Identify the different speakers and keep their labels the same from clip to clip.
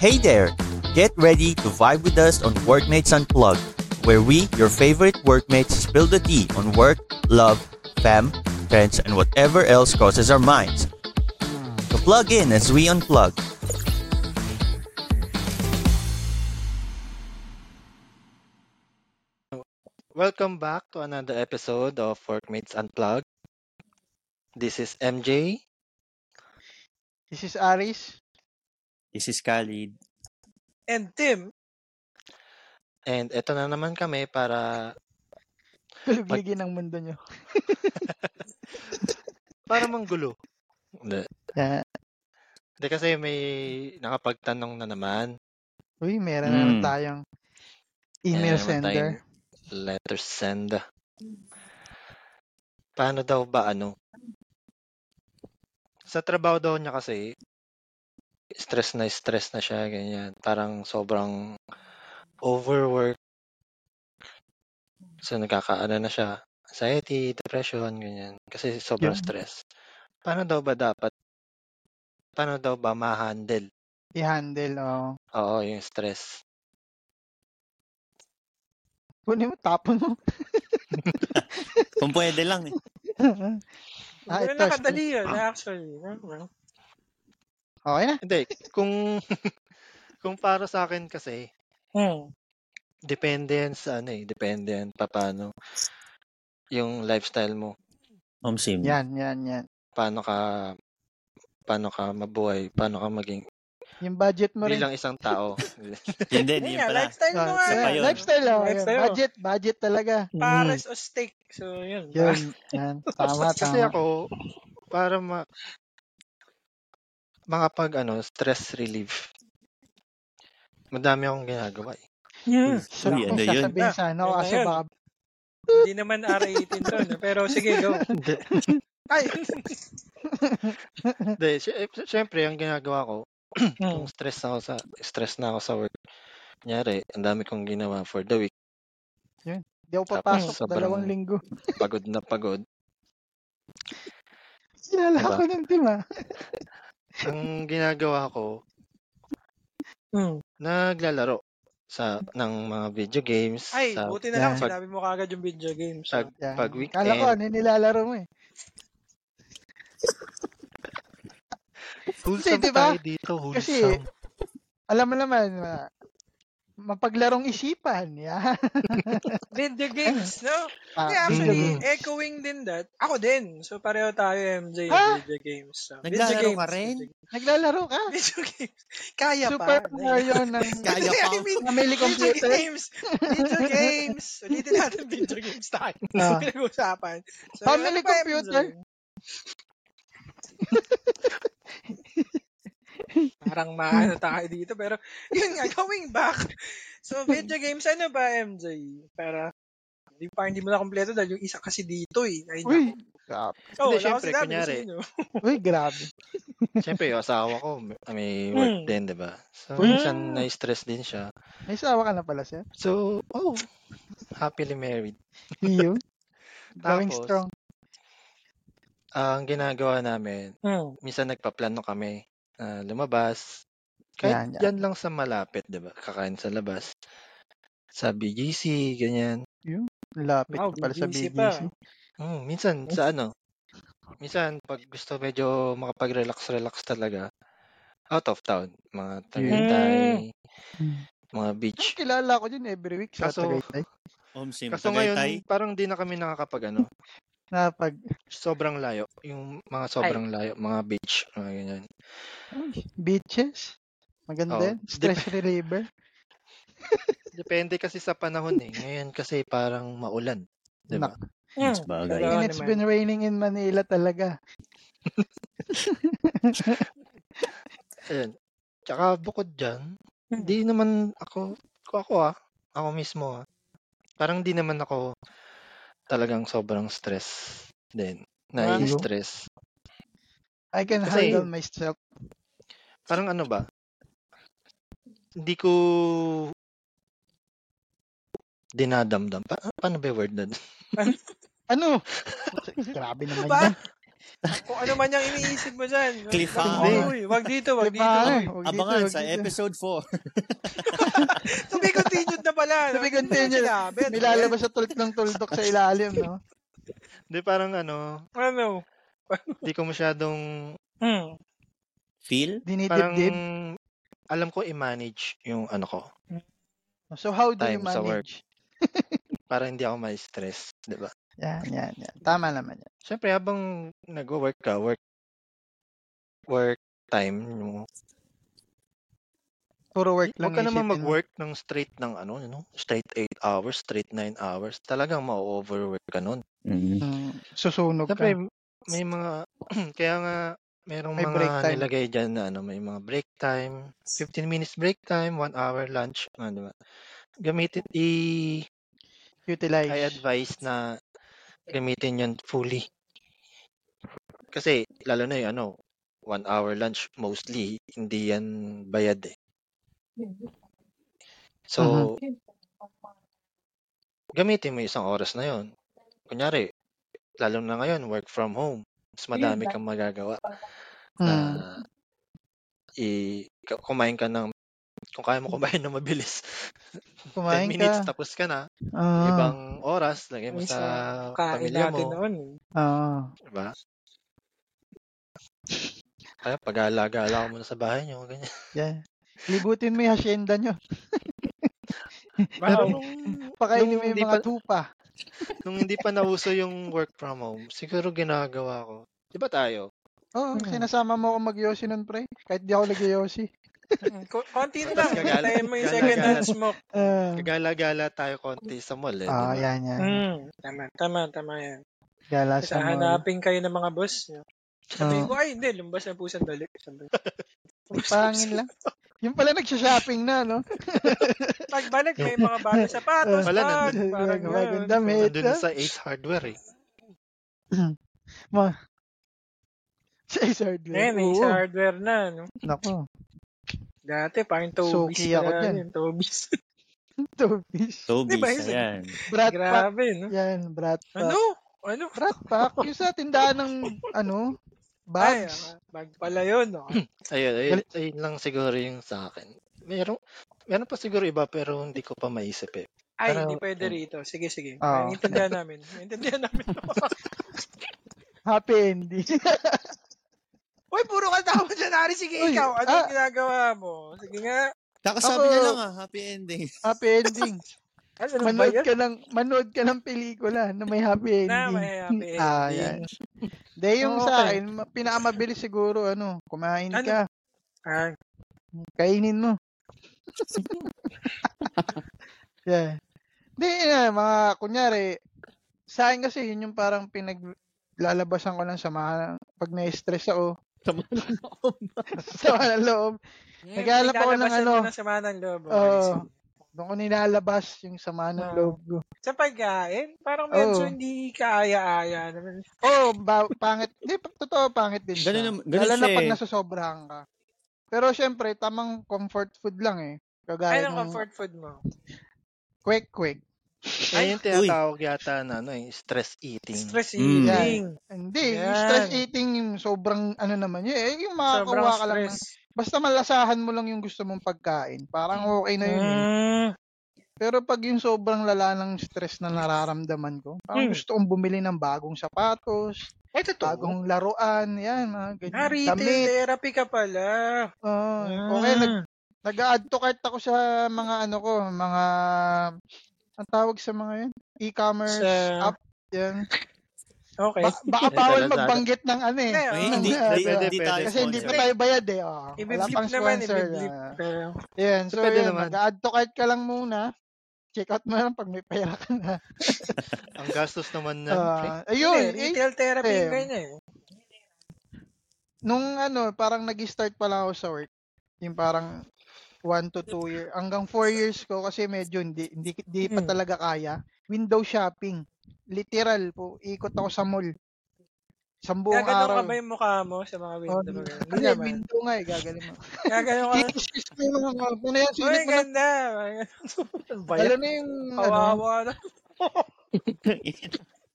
Speaker 1: Hey there! Get ready to vibe with us on Workmates Unplugged, where we, your favorite workmates, spill the tea on work, love, fam, friends, and whatever else crosses our minds. So plug in as we unplug.
Speaker 2: Welcome back to another episode of Workmates Unplugged. This is MJ.
Speaker 3: This is Aris.
Speaker 4: This is Khalid.
Speaker 5: And Tim,
Speaker 2: And eto na naman kami para
Speaker 3: Luglugin ang mundo nyo.
Speaker 2: para manggulo. Hindi.
Speaker 3: Yeah.
Speaker 2: Hindi kasi may nakapagtanong na naman.
Speaker 3: Uy, meron na naman
Speaker 4: Mm.
Speaker 3: tayong email
Speaker 2: Hmm. Meron naman
Speaker 3: sender.
Speaker 2: tayong Letter send. Paano daw ba ano? Sa trabaho daw niya kasi, stress na stress na siya, ganyan. Parang sobrang overwork. So nagkakaano na siya. Anxiety, depression, ganyan. Kasi sobrang
Speaker 3: Yun.
Speaker 2: stress. Paano daw ba dapat? Paano daw ba ma-handle?
Speaker 3: I-handle, oh.
Speaker 2: Oo, yung stress.
Speaker 3: Kunin mo, tapon mo.
Speaker 4: Kung pwede lang eh.
Speaker 3: Ah,
Speaker 5: pero
Speaker 3: ito,
Speaker 5: nakadali yun, actually. Ano?
Speaker 3: okay na.
Speaker 2: Hindi, kung kung para sa akin kasi,
Speaker 5: Hmm.
Speaker 2: depende yan sa ano eh, depende yan pa paano yung lifestyle mo,
Speaker 4: Home sim.
Speaker 3: Yan, yan, yan.
Speaker 2: paano ka paano ka mabuhay, paano ka maging
Speaker 3: Yung budget mo rin.
Speaker 2: bilang isang tao.
Speaker 4: Yun
Speaker 5: Yun
Speaker 4: din, yun
Speaker 5: nga,
Speaker 4: pala.
Speaker 5: lifestyle mo
Speaker 3: Ah,
Speaker 5: nga.
Speaker 3: so,
Speaker 4: pa
Speaker 3: yan,
Speaker 5: eh.
Speaker 4: yun.
Speaker 3: lifestyle, oh. yan.
Speaker 5: Lifestyle, oh.
Speaker 3: Budget, budget talaga.
Speaker 5: Pares o steak. So, yun.
Speaker 3: Yun, yan. Tama,
Speaker 2: Kasi
Speaker 3: tama.
Speaker 2: ako para ma mga pag ano, stress relief. Madami akong ginagawa. eh.
Speaker 5: Yeah.
Speaker 3: So,
Speaker 4: Uy,
Speaker 3: ako
Speaker 4: ano yun?
Speaker 3: sasabihin sana ako
Speaker 5: Ano
Speaker 3: kasi
Speaker 5: yun?
Speaker 3: baka
Speaker 5: Hindi naman R18 to. No? Pero sige, go.
Speaker 2: Hindi.
Speaker 5: Ay!
Speaker 2: Hindi, sy- eh, syempre ang ginagawa ko,
Speaker 5: Hmm.
Speaker 2: kung stress ako sa stress na ako sa work. Kunyari, ang dami kong ginawa for the week.
Speaker 3: hindi ako
Speaker 2: Tapos,
Speaker 3: papasok
Speaker 2: sobrang-
Speaker 3: dalawang linggo.
Speaker 2: Pagod na pagod.
Speaker 3: Sinala
Speaker 2: Diba?
Speaker 3: ako ng team, ah.
Speaker 2: ang ginagawa ko,
Speaker 5: Hmm.
Speaker 2: naglalaro sa ng mga video games
Speaker 5: Ay,
Speaker 2: sa
Speaker 5: buti na lang.
Speaker 3: Yan.
Speaker 5: Sinabi mo kagad yung video games.
Speaker 2: pag,
Speaker 3: Yan.
Speaker 2: pag
Speaker 3: Kala
Speaker 2: weekend.
Speaker 3: ko, ano yung nilalaro mo eh.
Speaker 2: Wholesome
Speaker 3: Kasi, diba?
Speaker 2: tayo dito,
Speaker 3: Kasi,
Speaker 2: wholesome.
Speaker 3: alam mo naman, ma- mapaglarong isipan. Yan.
Speaker 5: Video games, no?
Speaker 3: Ah,
Speaker 2: mm.
Speaker 5: Yeah, actually, eh,
Speaker 2: video
Speaker 5: echoing din that. Ako din. So, pareho tayo, MJ,
Speaker 3: Ah!
Speaker 5: video games. So,
Speaker 4: Naglalaro
Speaker 5: video
Speaker 4: ka
Speaker 5: games,
Speaker 4: rin?
Speaker 5: Video,
Speaker 3: Naglalaro ka?
Speaker 5: video games. Kaya
Speaker 3: Super
Speaker 5: pa. eh.
Speaker 3: Mario ng
Speaker 4: Kaya pa.
Speaker 5: I mean,
Speaker 3: family
Speaker 5: Video
Speaker 3: computer.
Speaker 5: games! Video games! Ulitin natin video games tayo.
Speaker 3: Ah.
Speaker 5: Pinag-usapan. So,
Speaker 3: Family
Speaker 5: ano ba,
Speaker 3: computer.
Speaker 5: MJ? Parang maano tayo dito. Pero, yun nga, going back. So, video games, ano ba, MJ? Para, hindi pa hindi mo na kompleto dahil yung isa kasi dito eh. Ay,
Speaker 3: Uy, grabe.
Speaker 5: oh,
Speaker 2: Hindi,
Speaker 5: wala akong
Speaker 2: syempre,
Speaker 5: sinabi,
Speaker 2: kunyari.
Speaker 5: sino?
Speaker 3: Uy, grabe.
Speaker 2: Siyempre, yung asawa ko, may- may work
Speaker 5: Hmm.
Speaker 2: din, di ba? So,
Speaker 5: Hmm.
Speaker 2: minsan, na-stress din siya.
Speaker 3: May sawa ka na pala, sir.
Speaker 2: So, oh, happily married.
Speaker 3: Iyo. Going
Speaker 2: Tapos,
Speaker 3: strong.
Speaker 2: Ang ginagawa namin,
Speaker 5: Hmm.
Speaker 2: minsan nagpaplano kami na lumabas. Kahit
Speaker 3: Yan, yan.
Speaker 2: yan, lang sa malapit, di ba? Kakain sa labas. Sa BGC, ganyan.
Speaker 3: Lapit
Speaker 5: Wow,
Speaker 3: ka pala sa
Speaker 5: BBC
Speaker 3: BBC.
Speaker 5: pa.
Speaker 2: Mm, minsan sa ano? Minsan pag gusto medyo makapag-relax-relax talaga, out of town, mga Tagaytay,
Speaker 3: Mm.
Speaker 2: mga beach.
Speaker 3: Kilala ko yun every week sa
Speaker 2: Kaso-
Speaker 3: Tagaytay.
Speaker 4: Home sim.
Speaker 2: Kaso ngayon, parang di na kami nakakapag ano,
Speaker 3: Na pag,
Speaker 2: sobrang layo, yung mga sobrang layo, mga beach, mga ganyan.
Speaker 3: uy, beaches. Maganda
Speaker 2: Oo.
Speaker 3: yan. Stress reliever.
Speaker 2: Depende kasi sa panahon eh. Ngayon kasi parang maulan, 'di ba?
Speaker 5: Hmm.
Speaker 4: bagay.
Speaker 5: Pero
Speaker 3: And
Speaker 5: ano
Speaker 3: it's
Speaker 5: naman.
Speaker 3: been raining in Manila talaga.
Speaker 2: Ayun. Tsaka bukod diyan, di naman ako ako ah, ako mismo ah. Parang di naman ako talagang sobrang stress din.
Speaker 3: Ah.
Speaker 2: Nai-stress.
Speaker 3: I can
Speaker 2: Kasi-
Speaker 3: handle myself.
Speaker 2: Parang ano ba? Hindi ko dinadamdam. Pa- paano ba yung word na?
Speaker 3: Ano? grabe naman
Speaker 5: Ba?
Speaker 3: yan.
Speaker 5: Kung ano man yung iniisip mo dyan.
Speaker 4: Cliffhanger.
Speaker 5: Uy, wag dito, wag dito.
Speaker 3: Diba?
Speaker 4: Abangan sa episode 4.
Speaker 5: To be continued na pala.
Speaker 3: To be continued. May lalabas sa tulit ng tuldok sa ilalim, no?
Speaker 2: Hindi, parang ano,
Speaker 5: Ano?
Speaker 2: hindi ko masyadong
Speaker 5: Hmm.
Speaker 4: Phil?
Speaker 2: parang
Speaker 3: Dinidibdib.
Speaker 2: alam ko i-manage yung ano ko
Speaker 3: So, how do you
Speaker 2: time sa work.
Speaker 3: manage?
Speaker 2: para hindi ako ma-stress, 'di ba?
Speaker 3: Yan, yan, yan. Tama naman yan.
Speaker 2: Siyempre habang nagwo-work ka, work work time mo.
Speaker 3: Puro work lang.
Speaker 2: Huwag ka naman
Speaker 3: isipin mo.
Speaker 2: mag-work ng straight ng ano, you know, straight 8 hours, straight 9 hours. Talagang ma-overwork ka nun.
Speaker 4: Mm-hmm.
Speaker 3: Mm, Susunog ka.
Speaker 2: Siyempre, may mga, kaya nga, merong
Speaker 3: May
Speaker 2: mga
Speaker 3: break time.
Speaker 2: nilagay dyan na ano, may mga break time, 15 minutes break time, 1 hour lunch, ano ba. Gamitin, i-
Speaker 3: Utilize.
Speaker 2: I advise na gamitin yun fully. Kasi, lalo na yung ano, one hour lunch mostly, hindi yan bayad eh. So,
Speaker 3: Mm-hmm.
Speaker 2: gamitin mo yung isang oras na yon. Kunyari, lalo na ngayon, work from home. Mas madami kang magagawa. Na,
Speaker 3: Mm.
Speaker 2: i, ka- kumain ka ng, kung kaya mo kumain na mabilis, 10
Speaker 3: Kumain
Speaker 2: minutes
Speaker 3: ka.
Speaker 2: tapos ka na.
Speaker 3: Ah,
Speaker 2: Ibang oras, lagay mo
Speaker 5: Ay,
Speaker 2: sa
Speaker 5: Kain
Speaker 2: pamilya
Speaker 5: natin
Speaker 2: mo.
Speaker 5: noon.
Speaker 3: ah.
Speaker 2: Diba? Kaya pag-aalaga-ala mo muna sa bahay nyo, ganyan.
Speaker 3: Yan. Libutin mo yung hasyenda nyo.
Speaker 5: Wow.
Speaker 3: Pakainin
Speaker 2: Nung
Speaker 3: mo yung
Speaker 2: di
Speaker 3: mga
Speaker 2: pa-
Speaker 3: tupa.
Speaker 2: Nung hindi pa nauso yung work from home, siguro ginagawa ko. Di ba tayo?
Speaker 3: Oo,
Speaker 2: Hmm.
Speaker 5: Mm.
Speaker 3: sinasama mo ako mag-yosi nun, pre. Kahit di ako nag-yosi.
Speaker 5: Hmm, Ko- Konti na lang.
Speaker 2: Tapos gagala-
Speaker 5: Tayin mo yung second
Speaker 2: gagala-
Speaker 5: hands mo.
Speaker 3: Ah,
Speaker 2: Kagala-gala tayo konti sa mall eh.
Speaker 3: ah,
Speaker 2: di ba?
Speaker 3: yan, yan.
Speaker 5: Hmm. Tama, tama, tama yan.
Speaker 3: Gala
Speaker 5: Kasi
Speaker 3: sa mall.
Speaker 5: hanapin kayo ng mga boss.
Speaker 3: Hmm.
Speaker 5: Sabihin ko, ay hindi, lumbas na po sandali. Sabi ko.
Speaker 3: Pangin lang. Yung pala nagsha-shopping na, no?
Speaker 5: Pagbalik, may mga bagong sapatos.
Speaker 2: Wala,
Speaker 5: Wala
Speaker 3: nandun-
Speaker 5: Parang
Speaker 3: bagong
Speaker 5: ganun.
Speaker 3: damit. Wait
Speaker 2: Nandun
Speaker 3: lang.
Speaker 2: sa Ace Hardware eh.
Speaker 3: Sa Isard.
Speaker 5: Ngayon, eh, sa hardware na. No?
Speaker 3: Nako.
Speaker 5: Dati, parang Tobis
Speaker 3: Suki
Speaker 5: pa
Speaker 3: ako
Speaker 5: na
Speaker 3: dyan.
Speaker 5: yun. Tobis.
Speaker 3: Tobish.
Speaker 4: Toby,
Speaker 5: Diba, isa-
Speaker 4: ayan.
Speaker 3: Brat pack.
Speaker 5: Grabe, no?
Speaker 3: Yan, brat pack.
Speaker 5: Ano? Ano?
Speaker 3: Brat pack. Yung sa tindahan ng, ano,
Speaker 5: Ay,
Speaker 3: bags.
Speaker 5: ah, bag pala yun. No?
Speaker 2: Ayun, ayun, ayun lang siguro yung sa akin. Meron, meron pa siguro iba pero hindi ko pa maisip eh.
Speaker 5: Ay,
Speaker 2: Pero-
Speaker 5: hindi pwede rito. Sige, sige.
Speaker 3: Ah.
Speaker 5: Intindihan namin. Intindihan namin.
Speaker 3: Happy ending.
Speaker 5: Uy, puro ka tao dyan, Ari. Sige,
Speaker 3: Uy,
Speaker 5: ikaw. Ano
Speaker 3: ah.
Speaker 5: yung ginagawa mo? Sige nga.
Speaker 4: Kakasabi
Speaker 3: Ako-
Speaker 4: na lang ah, happy ending.
Speaker 3: happy ending.
Speaker 5: Ano ba
Speaker 3: Manood
Speaker 5: yan?
Speaker 3: ka ng, manood ka ng pelikula na may happy ending.
Speaker 5: Na, may happy
Speaker 3: Ah, yan.
Speaker 5: ending.
Speaker 3: De, yung
Speaker 5: Okay.
Speaker 3: sa akin, ma- pinakamabilis siguro, ano, kumain
Speaker 5: Ano?
Speaker 3: ka,
Speaker 5: Ah,
Speaker 3: kainin mo. yeah. Di, na, mga, kunyari, sa akin kasi, yun yung parang pinaglalabasan ko lang sa mga, pag na-stress ako, sa mga loob,
Speaker 5: hmm,
Speaker 3: Naghahanap ako ng
Speaker 5: ilalabasan
Speaker 3: ano.
Speaker 5: mo ng sama ng loob.
Speaker 3: Oo. doon ko nilalabas yung sama ng
Speaker 5: Ah.
Speaker 3: loob ko.
Speaker 5: Sa pagkain, parang
Speaker 3: Oo.
Speaker 5: medyo hindi kaaya-aya naman.
Speaker 3: Oo, oh, ba- pangit. Hindi, pa- totoo, pangit din siya.
Speaker 4: Ganun nam- ganun
Speaker 3: Lalo na
Speaker 4: siya
Speaker 3: pag
Speaker 4: eh.
Speaker 3: nasasobrahan ka. Pero syempre, tamang comfort food lang eh. Kagaya
Speaker 5: Anong
Speaker 3: ng
Speaker 5: comfort food mo?
Speaker 3: quick quick.
Speaker 2: Ay, yung tinatawag yata na ano, eh, stress eating.
Speaker 5: Stress
Speaker 4: Mm.
Speaker 3: Hmm.
Speaker 5: eating.
Speaker 3: Hindi, yung
Speaker 5: Yan.
Speaker 3: stress eating yung sobrang ano naman yun. Eh, yung
Speaker 5: Sobrang
Speaker 3: makakawa ka lang. ah.
Speaker 5: stress.
Speaker 3: ng- basta malasahan mo lang yung gusto mong pagkain. Parang okay na yun. eh.
Speaker 5: Mm.
Speaker 3: Pero pag yung sobrang lala ng stress na nararamdaman ko, parang
Speaker 5: Hmm.
Speaker 3: gusto kong bumili ng bagong sapatos,
Speaker 5: Ay, totoo.
Speaker 3: bagong laruan, yan, mga ganyan.
Speaker 5: Ah, retail
Speaker 3: Damit.
Speaker 5: therapy ka pala.
Speaker 3: Oo,
Speaker 5: Ah.
Speaker 3: okay, nag, nag-add to cart ako sa mga ano ko, mga, ang tawag sa mga yun, e-commerce
Speaker 5: Sa-
Speaker 3: app, yan.
Speaker 5: Okay.
Speaker 3: Ba- baka
Speaker 2: Sa
Speaker 3: bawal
Speaker 2: Lazada.
Speaker 3: magbanggit ng ano eh.
Speaker 5: Eh,
Speaker 4: Ay,
Speaker 5: oo.
Speaker 4: hindi,
Speaker 3: Ano,
Speaker 4: hindi,
Speaker 3: ano,
Speaker 4: hindi tayo
Speaker 2: Kasi
Speaker 3: Kasi hindi pa
Speaker 4: sponsor.
Speaker 3: tayo bayad eh. Oh. Wala
Speaker 5: Ibiblip
Speaker 3: pang
Speaker 5: naman,
Speaker 3: sponsor.
Speaker 5: ibiblip.
Speaker 3: ah.
Speaker 5: Pero,
Speaker 3: Ayan, so
Speaker 2: Pwede
Speaker 3: yun,
Speaker 2: naman.
Speaker 3: mag-add to cart ka lang muna. Check out mo na lang pag may pera ka na.
Speaker 2: Ang gastos naman na,
Speaker 3: Ah, ayun,
Speaker 5: Hindi,
Speaker 3: eh,
Speaker 5: retail therapy yung
Speaker 3: eh.
Speaker 5: ganyan. eh.
Speaker 3: nung ano, parang nag-start pa lang ako sa work. Yung parang 1 to 2 year, hanggang 4 years ko kasi medyo hindi, hindi, hindi pa
Speaker 5: Mm.
Speaker 3: talaga kaya. Window shopping. Literal po, ikot ako sa mall. Sa buong
Speaker 5: Gaganon
Speaker 3: araw.
Speaker 5: ka ba yung mukha mo sa mga
Speaker 3: Oh,
Speaker 5: window?
Speaker 3: hindi
Speaker 5: Hindi
Speaker 3: Ano yun,
Speaker 5: naman.
Speaker 3: window nga eh, gagaling mo.
Speaker 5: Gaganon ka.
Speaker 3: Kikisis ko yung mga, ano yan,
Speaker 5: Uy,
Speaker 3: silip mo na.
Speaker 5: ganda.
Speaker 3: Lalo na yung, ano,
Speaker 5: Kawawa na.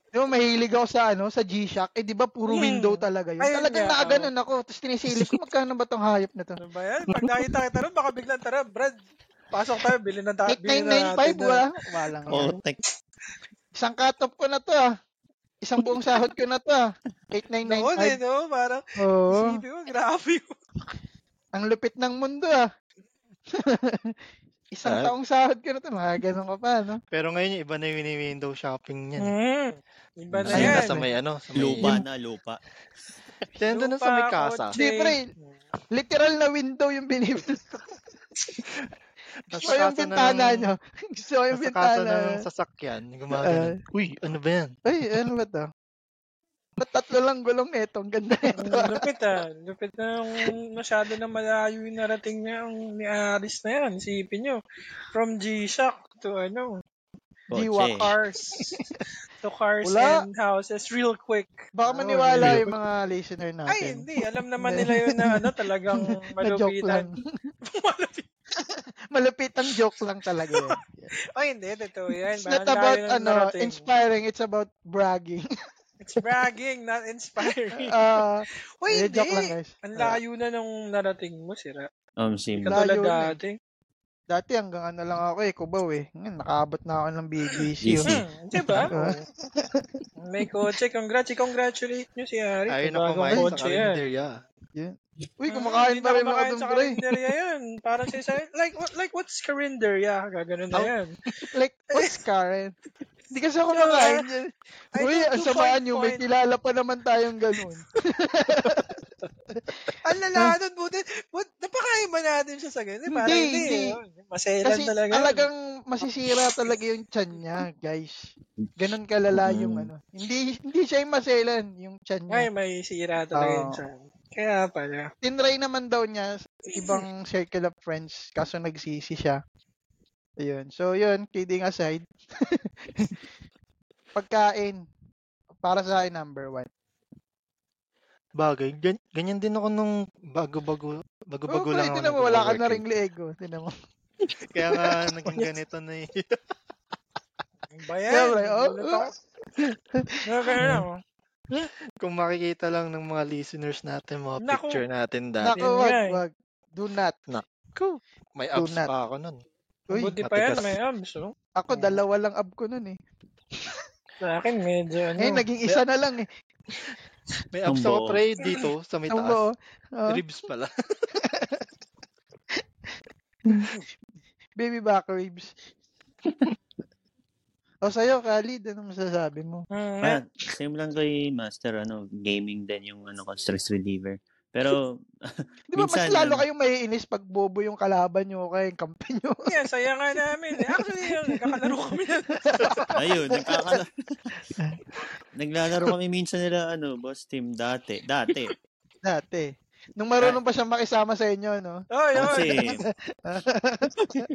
Speaker 3: Di ba, mahilig ako sa ano, sa G-Shock. Eh, di ba, puro
Speaker 5: Hmm.
Speaker 3: window talaga yun.
Speaker 5: Ayun
Speaker 3: Talagang
Speaker 5: nga,
Speaker 3: nakaganon ako. Tapos tinisilip ko, magkano ba tong hayop na to?
Speaker 5: Ano ba yan? Pag nakita kita nun, baka biglang tara, Brad, pasok tayo, bilhin na tayo.
Speaker 3: Take 995, wala. Wala nga.
Speaker 4: Oh,
Speaker 2: ano
Speaker 4: tek.
Speaker 3: Isang cut-off ko na to ah. Isang buong sahod ko na to ah.
Speaker 5: Noon eh,
Speaker 3: 8995.
Speaker 5: no? Parang,
Speaker 3: Oo.
Speaker 5: isipin mo, grabe yun.
Speaker 3: Ang lupit ng mundo ah. Isang
Speaker 1: Ah.
Speaker 3: taong sahod ko na to. Mga ganun ka pa, no?
Speaker 2: Pero ngayon, yung iba na yung window shopping niyan.
Speaker 5: Mm. Iba na
Speaker 2: Kasi
Speaker 5: yan.
Speaker 2: na sa may ano, sa may...
Speaker 4: Lupa na, lupa.
Speaker 2: Kaya doon na sa may
Speaker 5: Lupa,
Speaker 2: kasa.
Speaker 5: kotse.
Speaker 3: Hindi, pre. Literal na window yung binibili.
Speaker 2: Nasa
Speaker 3: So,
Speaker 2: kasa
Speaker 3: yung
Speaker 2: na
Speaker 3: bintana
Speaker 2: ng-
Speaker 3: nyo. So,
Speaker 2: Nasa
Speaker 3: yung
Speaker 2: kasa
Speaker 3: bintana.
Speaker 2: ng sasakyan. Gumagano. Uy, ano ba yan?
Speaker 3: Ay, ano ba to? Ba't Tatlo lang gulong nito. Ang ganda
Speaker 5: Ang
Speaker 3: nito.
Speaker 5: lupit ah. Ang Lupit na yung masyado na malayo yung narating niya ang ni Aris na yan. Isipin nyo. From G-Shock to ano,
Speaker 4: Kotse.
Speaker 5: cars. to cars
Speaker 3: Wala.
Speaker 5: and houses real quick.
Speaker 3: Baka
Speaker 2: Oh,
Speaker 3: maniwala
Speaker 2: hindi.
Speaker 3: yung mga listener natin.
Speaker 5: Ay, hindi. Alam naman nila yun na ano, talagang
Speaker 3: Na-joke lang.
Speaker 5: malupitan. Malupit.
Speaker 3: Malupit ang joke lang talaga yun.
Speaker 5: Ay, hindi. Totoo yan.
Speaker 3: It's not
Speaker 5: Ang layo
Speaker 3: about
Speaker 5: ng
Speaker 3: ano,
Speaker 5: narating.
Speaker 3: inspiring, it's about bragging.
Speaker 5: It's bragging, not inspiring.
Speaker 3: Uh,
Speaker 5: Uy,
Speaker 3: eh,
Speaker 5: hindi.
Speaker 3: joke lang guys. Ah,
Speaker 5: Ang layo na nung narating mo, sira.
Speaker 4: Um, sim.
Speaker 5: Katulad
Speaker 3: Layo na eh.
Speaker 5: dati.
Speaker 3: Dati hanggang ano lang ako eh, kubaw eh. Ngayon, nakaabot na ako ng BBC.
Speaker 4: Yes.
Speaker 3: oh.
Speaker 5: Hmm, di ba?
Speaker 3: Ah.
Speaker 5: May kotse. Congrats. Congratulate nyo si Ari.
Speaker 2: Ayun na
Speaker 5: Bagong
Speaker 2: kumain sa
Speaker 5: kotse yan.
Speaker 2: kalenderya.
Speaker 5: Mm,
Speaker 3: Uy, kumakain pa rin mga
Speaker 5: doon,
Speaker 3: dumbra eh.
Speaker 5: yan. Parang sa isa, like, what, like what's carinderia? Gaganon na
Speaker 3: Tawag-
Speaker 5: yan.
Speaker 3: Like, what's Karen? Hindi kasi ako
Speaker 5: Sure.
Speaker 3: kumakain yun.
Speaker 5: Ay,
Speaker 3: Uy,
Speaker 5: two-
Speaker 3: ang
Speaker 5: two
Speaker 3: samaan
Speaker 5: point
Speaker 3: nyo, may
Speaker 5: point.
Speaker 3: kilala pa naman tayong ganun.
Speaker 5: Ang lala nun, buti. But, napakain ba natin siya sa ganun? Eh, Parang
Speaker 3: Hindi,
Speaker 5: hindi.
Speaker 3: hindi.
Speaker 5: eh. Maselan
Speaker 3: Kasi
Speaker 5: talaga.
Speaker 3: talagang masisira talaga yung tiyan niya, guys. Ganun kalala yung
Speaker 4: Mm.
Speaker 3: ano. Hindi hindi siya yung maselan, yung tiyan niya.
Speaker 5: Ay, may sira talaga
Speaker 3: Oo.
Speaker 5: yun siya. Kaya pala.
Speaker 3: Tinry naman daw niya sa ibang circle of friends kaso nagsisi siya. Ayun. So, yun, kidding aside. Pagkain. Para sa akin, number one.
Speaker 2: Bagay. Gan- ganyan din ako nung bago-bago bago-bago
Speaker 3: Oh,
Speaker 2: lang
Speaker 3: pre,
Speaker 2: ako.
Speaker 3: tinan mo, wala ka na
Speaker 2: nag-work
Speaker 3: ring liego. Tinan mo.
Speaker 2: eh. Kaya nga naging ganito na eh.
Speaker 5: Ang bayan.
Speaker 3: Yeah, right. Oh,
Speaker 5: Gulat ako. Ano kaya na, oh.
Speaker 2: Kung makikita lang ng mga listeners natin, mga
Speaker 5: Naku.
Speaker 2: picture natin dati.
Speaker 3: Naku,
Speaker 5: Yun
Speaker 3: wag,
Speaker 5: nga eh.
Speaker 3: wag. Do not.
Speaker 2: Naku. May
Speaker 3: Do
Speaker 2: abs
Speaker 3: not.
Speaker 2: pa ako nun.
Speaker 3: Uy,
Speaker 5: Buti pa yan,
Speaker 2: matigas.
Speaker 5: may abs, oh.
Speaker 3: ako dalawa lang ab ko nun eh.
Speaker 5: Sa akin, medyo ano.
Speaker 3: Eh, naging isa na lang eh.
Speaker 2: May abs ako
Speaker 4: Tumbo.
Speaker 2: pre dito sa may
Speaker 3: Ang
Speaker 2: taas.
Speaker 3: buo. Oh,
Speaker 2: Ribs pala.
Speaker 3: baby back ribs. o sa'yo, Khalid, ano masasabi mo?
Speaker 5: Hmm,
Speaker 4: Ah, same lang kay Master, ano, gaming din yung ano, ko, stress reliever. Pero,
Speaker 3: Di ba mas
Speaker 4: Minsan,
Speaker 3: lalo
Speaker 4: ano-
Speaker 3: kayong maiinis pag bobo yung kalaban nyo kay yung kampi nyo?
Speaker 5: Yeah, saya nga namin. Eh, Actually, yun, nagkakalaro kami na.
Speaker 4: ayun, nagkakala... Naglalaro kami minsan nila, ano, boss team dati. Dati.
Speaker 3: Dati. Nung marunong pa siya makisama sa inyo, no?
Speaker 5: Oh, yun.
Speaker 4: Kasi,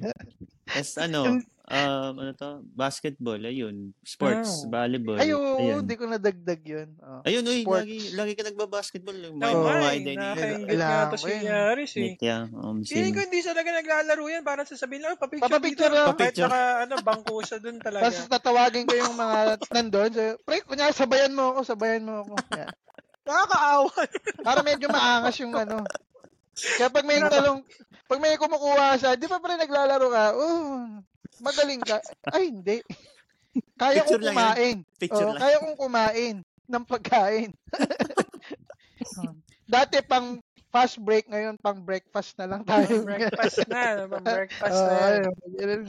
Speaker 4: as ano, um, ano to, basketball, ayun. Sports,
Speaker 5: Oh.
Speaker 4: volleyball.
Speaker 3: Ay, oo,
Speaker 4: ayun.
Speaker 3: di ko nadagdag yun. Oh.
Speaker 4: Ayun, uy,
Speaker 3: Sports.
Speaker 4: lagi, lagi ka nagbabasketball. Yung
Speaker 5: Ay,
Speaker 4: mind
Speaker 3: Oo.
Speaker 4: mo
Speaker 5: may.
Speaker 4: wide na
Speaker 5: Nakakaingit nga to
Speaker 3: Kailangan ko
Speaker 5: si
Speaker 3: yun.
Speaker 5: Yaris eh.
Speaker 4: Init yan, um,
Speaker 5: Feeling ko
Speaker 4: sin.
Speaker 5: hindi siya talaga naglalaro yan. Parang sasabihin lang, oh, papicture,
Speaker 3: Papapicture
Speaker 5: dito.
Speaker 3: lang.
Speaker 5: Kahit
Speaker 4: Papicture.
Speaker 5: naka, ano, bangko siya dun talaga.
Speaker 3: Tapos tatawagin ko yung mga nandun. So, pre, kunya, sabayan mo ako, sabayan mo ako. Yan.
Speaker 5: Nakakaawa.
Speaker 3: Para medyo maangas yung ano. Kaya pag may talong, pag may kumukuha sa, di ba pre naglalaro ka? Oh, magaling ka. Ay, hindi. Kaya
Speaker 4: Picture
Speaker 3: kong
Speaker 4: lang yan.
Speaker 3: kumain.
Speaker 5: oh,
Speaker 4: Picture
Speaker 3: Oo,
Speaker 4: lang.
Speaker 3: kaya kong kumain ng pagkain. Hmm. Dati pang fast break, ngayon pang breakfast na lang tayo.
Speaker 5: Breakfast na. ano Breakfast na
Speaker 3: Oo,
Speaker 5: yan.
Speaker 3: ayun.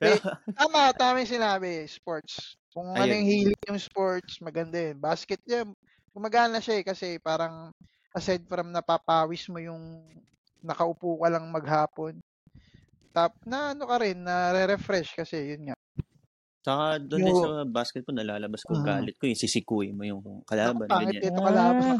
Speaker 4: Pero,
Speaker 3: Tama, tama yung sinabi, sports. Kung ano
Speaker 4: Ayun.
Speaker 3: yung hilig yung sports, maganda yun. Basket yun, gumagana siya eh kasi parang aside from napapawis mo yung nakaupo ka lang maghapon. Tap, na ano ka rin, na refresh kasi yun nga.
Speaker 4: Saka doon din
Speaker 3: Yung-
Speaker 4: sa basketball, nalalabas ko
Speaker 3: Ah.
Speaker 4: galit ko, yung sisikuin mo yung
Speaker 3: Naku,
Speaker 4: kalaban,
Speaker 3: pangit
Speaker 4: ganyan.
Speaker 3: ito kalaban.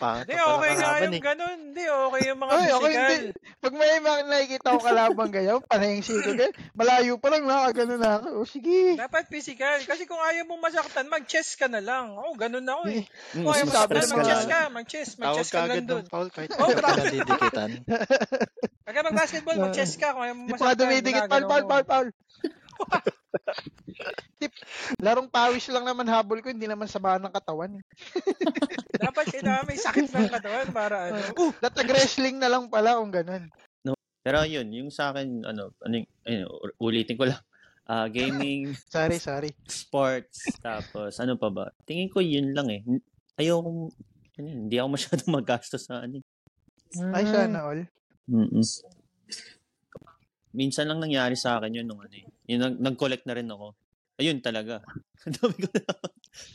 Speaker 2: Pangit
Speaker 5: Hindi,
Speaker 2: na pala
Speaker 5: okay nga
Speaker 2: kalaban
Speaker 5: yung
Speaker 2: eh.
Speaker 5: ganun. Hindi, okay yung mga
Speaker 3: Ay, okay,
Speaker 5: physical.
Speaker 3: hindi. Pag may mga nakikita ko kalaban ganyan, panayang siko ganyan, malayo pa lang nakagano na ako. O sige.
Speaker 5: Dapat physical. Kasi kung ayaw mong masaktan, mag-chess ka na lang. Oo, ganun ako eh.
Speaker 4: Mm,
Speaker 5: Kung ayaw mo
Speaker 4: mas
Speaker 3: sabi
Speaker 5: masaktan,
Speaker 3: ng
Speaker 4: stress ka
Speaker 5: mag-chess
Speaker 4: lalo.
Speaker 5: ka. Mag-chess.
Speaker 2: Tawag
Speaker 5: Mag-chess
Speaker 2: ka
Speaker 5: ka lang
Speaker 2: agad
Speaker 5: dun.
Speaker 2: ng foul kahit
Speaker 5: Oh,
Speaker 2: hindi ka
Speaker 5: grabe.
Speaker 2: na didikitan.
Speaker 5: Pagka mag-basketball, mag-chess ka. Kung ayaw mong
Speaker 3: Di pa ka
Speaker 5: masaktan,
Speaker 3: dumidikit, pal,
Speaker 5: ginagano
Speaker 3: pal,
Speaker 5: mo.
Speaker 3: pal, pal. tip. Larong pawis lang naman habol ko, hindi naman sama ng katawan. eh.
Speaker 5: Dapat kailangan may sakit ng katawan para ano.
Speaker 3: Uh, datag wrestling na lang pala kung ganun.
Speaker 4: Pero yun, yung sa akin, ano, ano, yung- ayun, u- ulitin ko lang. Ah, gaming,
Speaker 3: Sorry, sorry.
Speaker 4: sports, tapos ano pa ba? Tingin ko yun lang eh. Ayoko, ano, yun, hindi ako masyadong magastos sa ano. eh.
Speaker 3: Ay,
Speaker 5: Hmm.
Speaker 3: sana all.
Speaker 4: Mm-mm. Minsan lang nangyari sa akin yun nung ano eh. Yun, nag- nag-collect na rin ako. Ayun talaga. Ang dami ko na.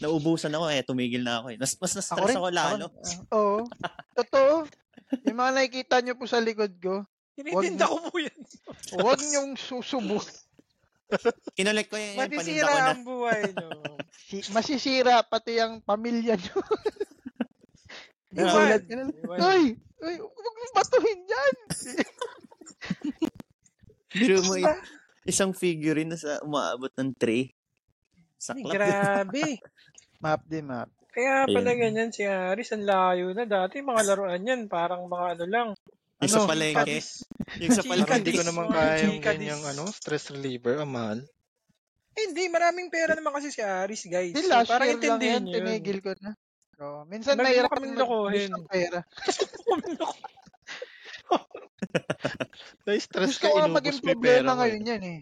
Speaker 4: Naubusan ako eh, tumigil na ako eh. Nas, mas na-stress ako, lalo.
Speaker 3: Ah, Oo. Totoo. Yung mga nakikita nyo po sa likod ko,
Speaker 5: Tinitinda ko po yan.
Speaker 3: huwag niyong susubo.
Speaker 4: Kinolect ko yun, yung paninda ko
Speaker 5: Matisira
Speaker 4: na.
Speaker 5: ang buhay, no?
Speaker 3: Si, masisira pati ang pamilya nyo.
Speaker 5: Iwan.
Speaker 3: Sulat ka na lang.
Speaker 5: Iwan.
Speaker 3: Uy! Uy, huwag mong batuhin yan!
Speaker 4: Biro mo eh, isang figurine na sa umaabot ng tray. Saklap.
Speaker 5: Grabe.
Speaker 3: Map di map.
Speaker 5: Kaya pala
Speaker 4: Ayun.
Speaker 5: ganyan si Aris, ang layo na. Dati mga laruan yan, parang mga ano lang.
Speaker 4: Yung sa
Speaker 3: Ano?
Speaker 4: palengke.
Speaker 5: Patis.
Speaker 4: Yung sa
Speaker 5: Chika
Speaker 4: palengke.
Speaker 5: Parang
Speaker 2: hindi ko
Speaker 5: this
Speaker 2: naman
Speaker 5: one,
Speaker 2: kaya yung
Speaker 5: chika this.
Speaker 2: ganyang ano, stress reliever, ang mahal.
Speaker 5: Eh, hindi, maraming pera naman kasi si Aris, guys.
Speaker 3: Di
Speaker 5: So,
Speaker 3: last
Speaker 5: parang
Speaker 3: year lang
Speaker 5: intindihin
Speaker 3: yan,
Speaker 5: yun.
Speaker 3: tinigil ko na. Oo. minsan
Speaker 5: Wag mo
Speaker 3: nahirap
Speaker 5: kaming
Speaker 3: mag-use
Speaker 5: lokohin.
Speaker 3: ng pera.
Speaker 2: Na-stress
Speaker 3: Gusto
Speaker 2: ka,
Speaker 3: ko nga
Speaker 2: inubos
Speaker 3: maging
Speaker 2: may pera mo.
Speaker 3: problema
Speaker 2: eh.
Speaker 3: ngayon yan eh.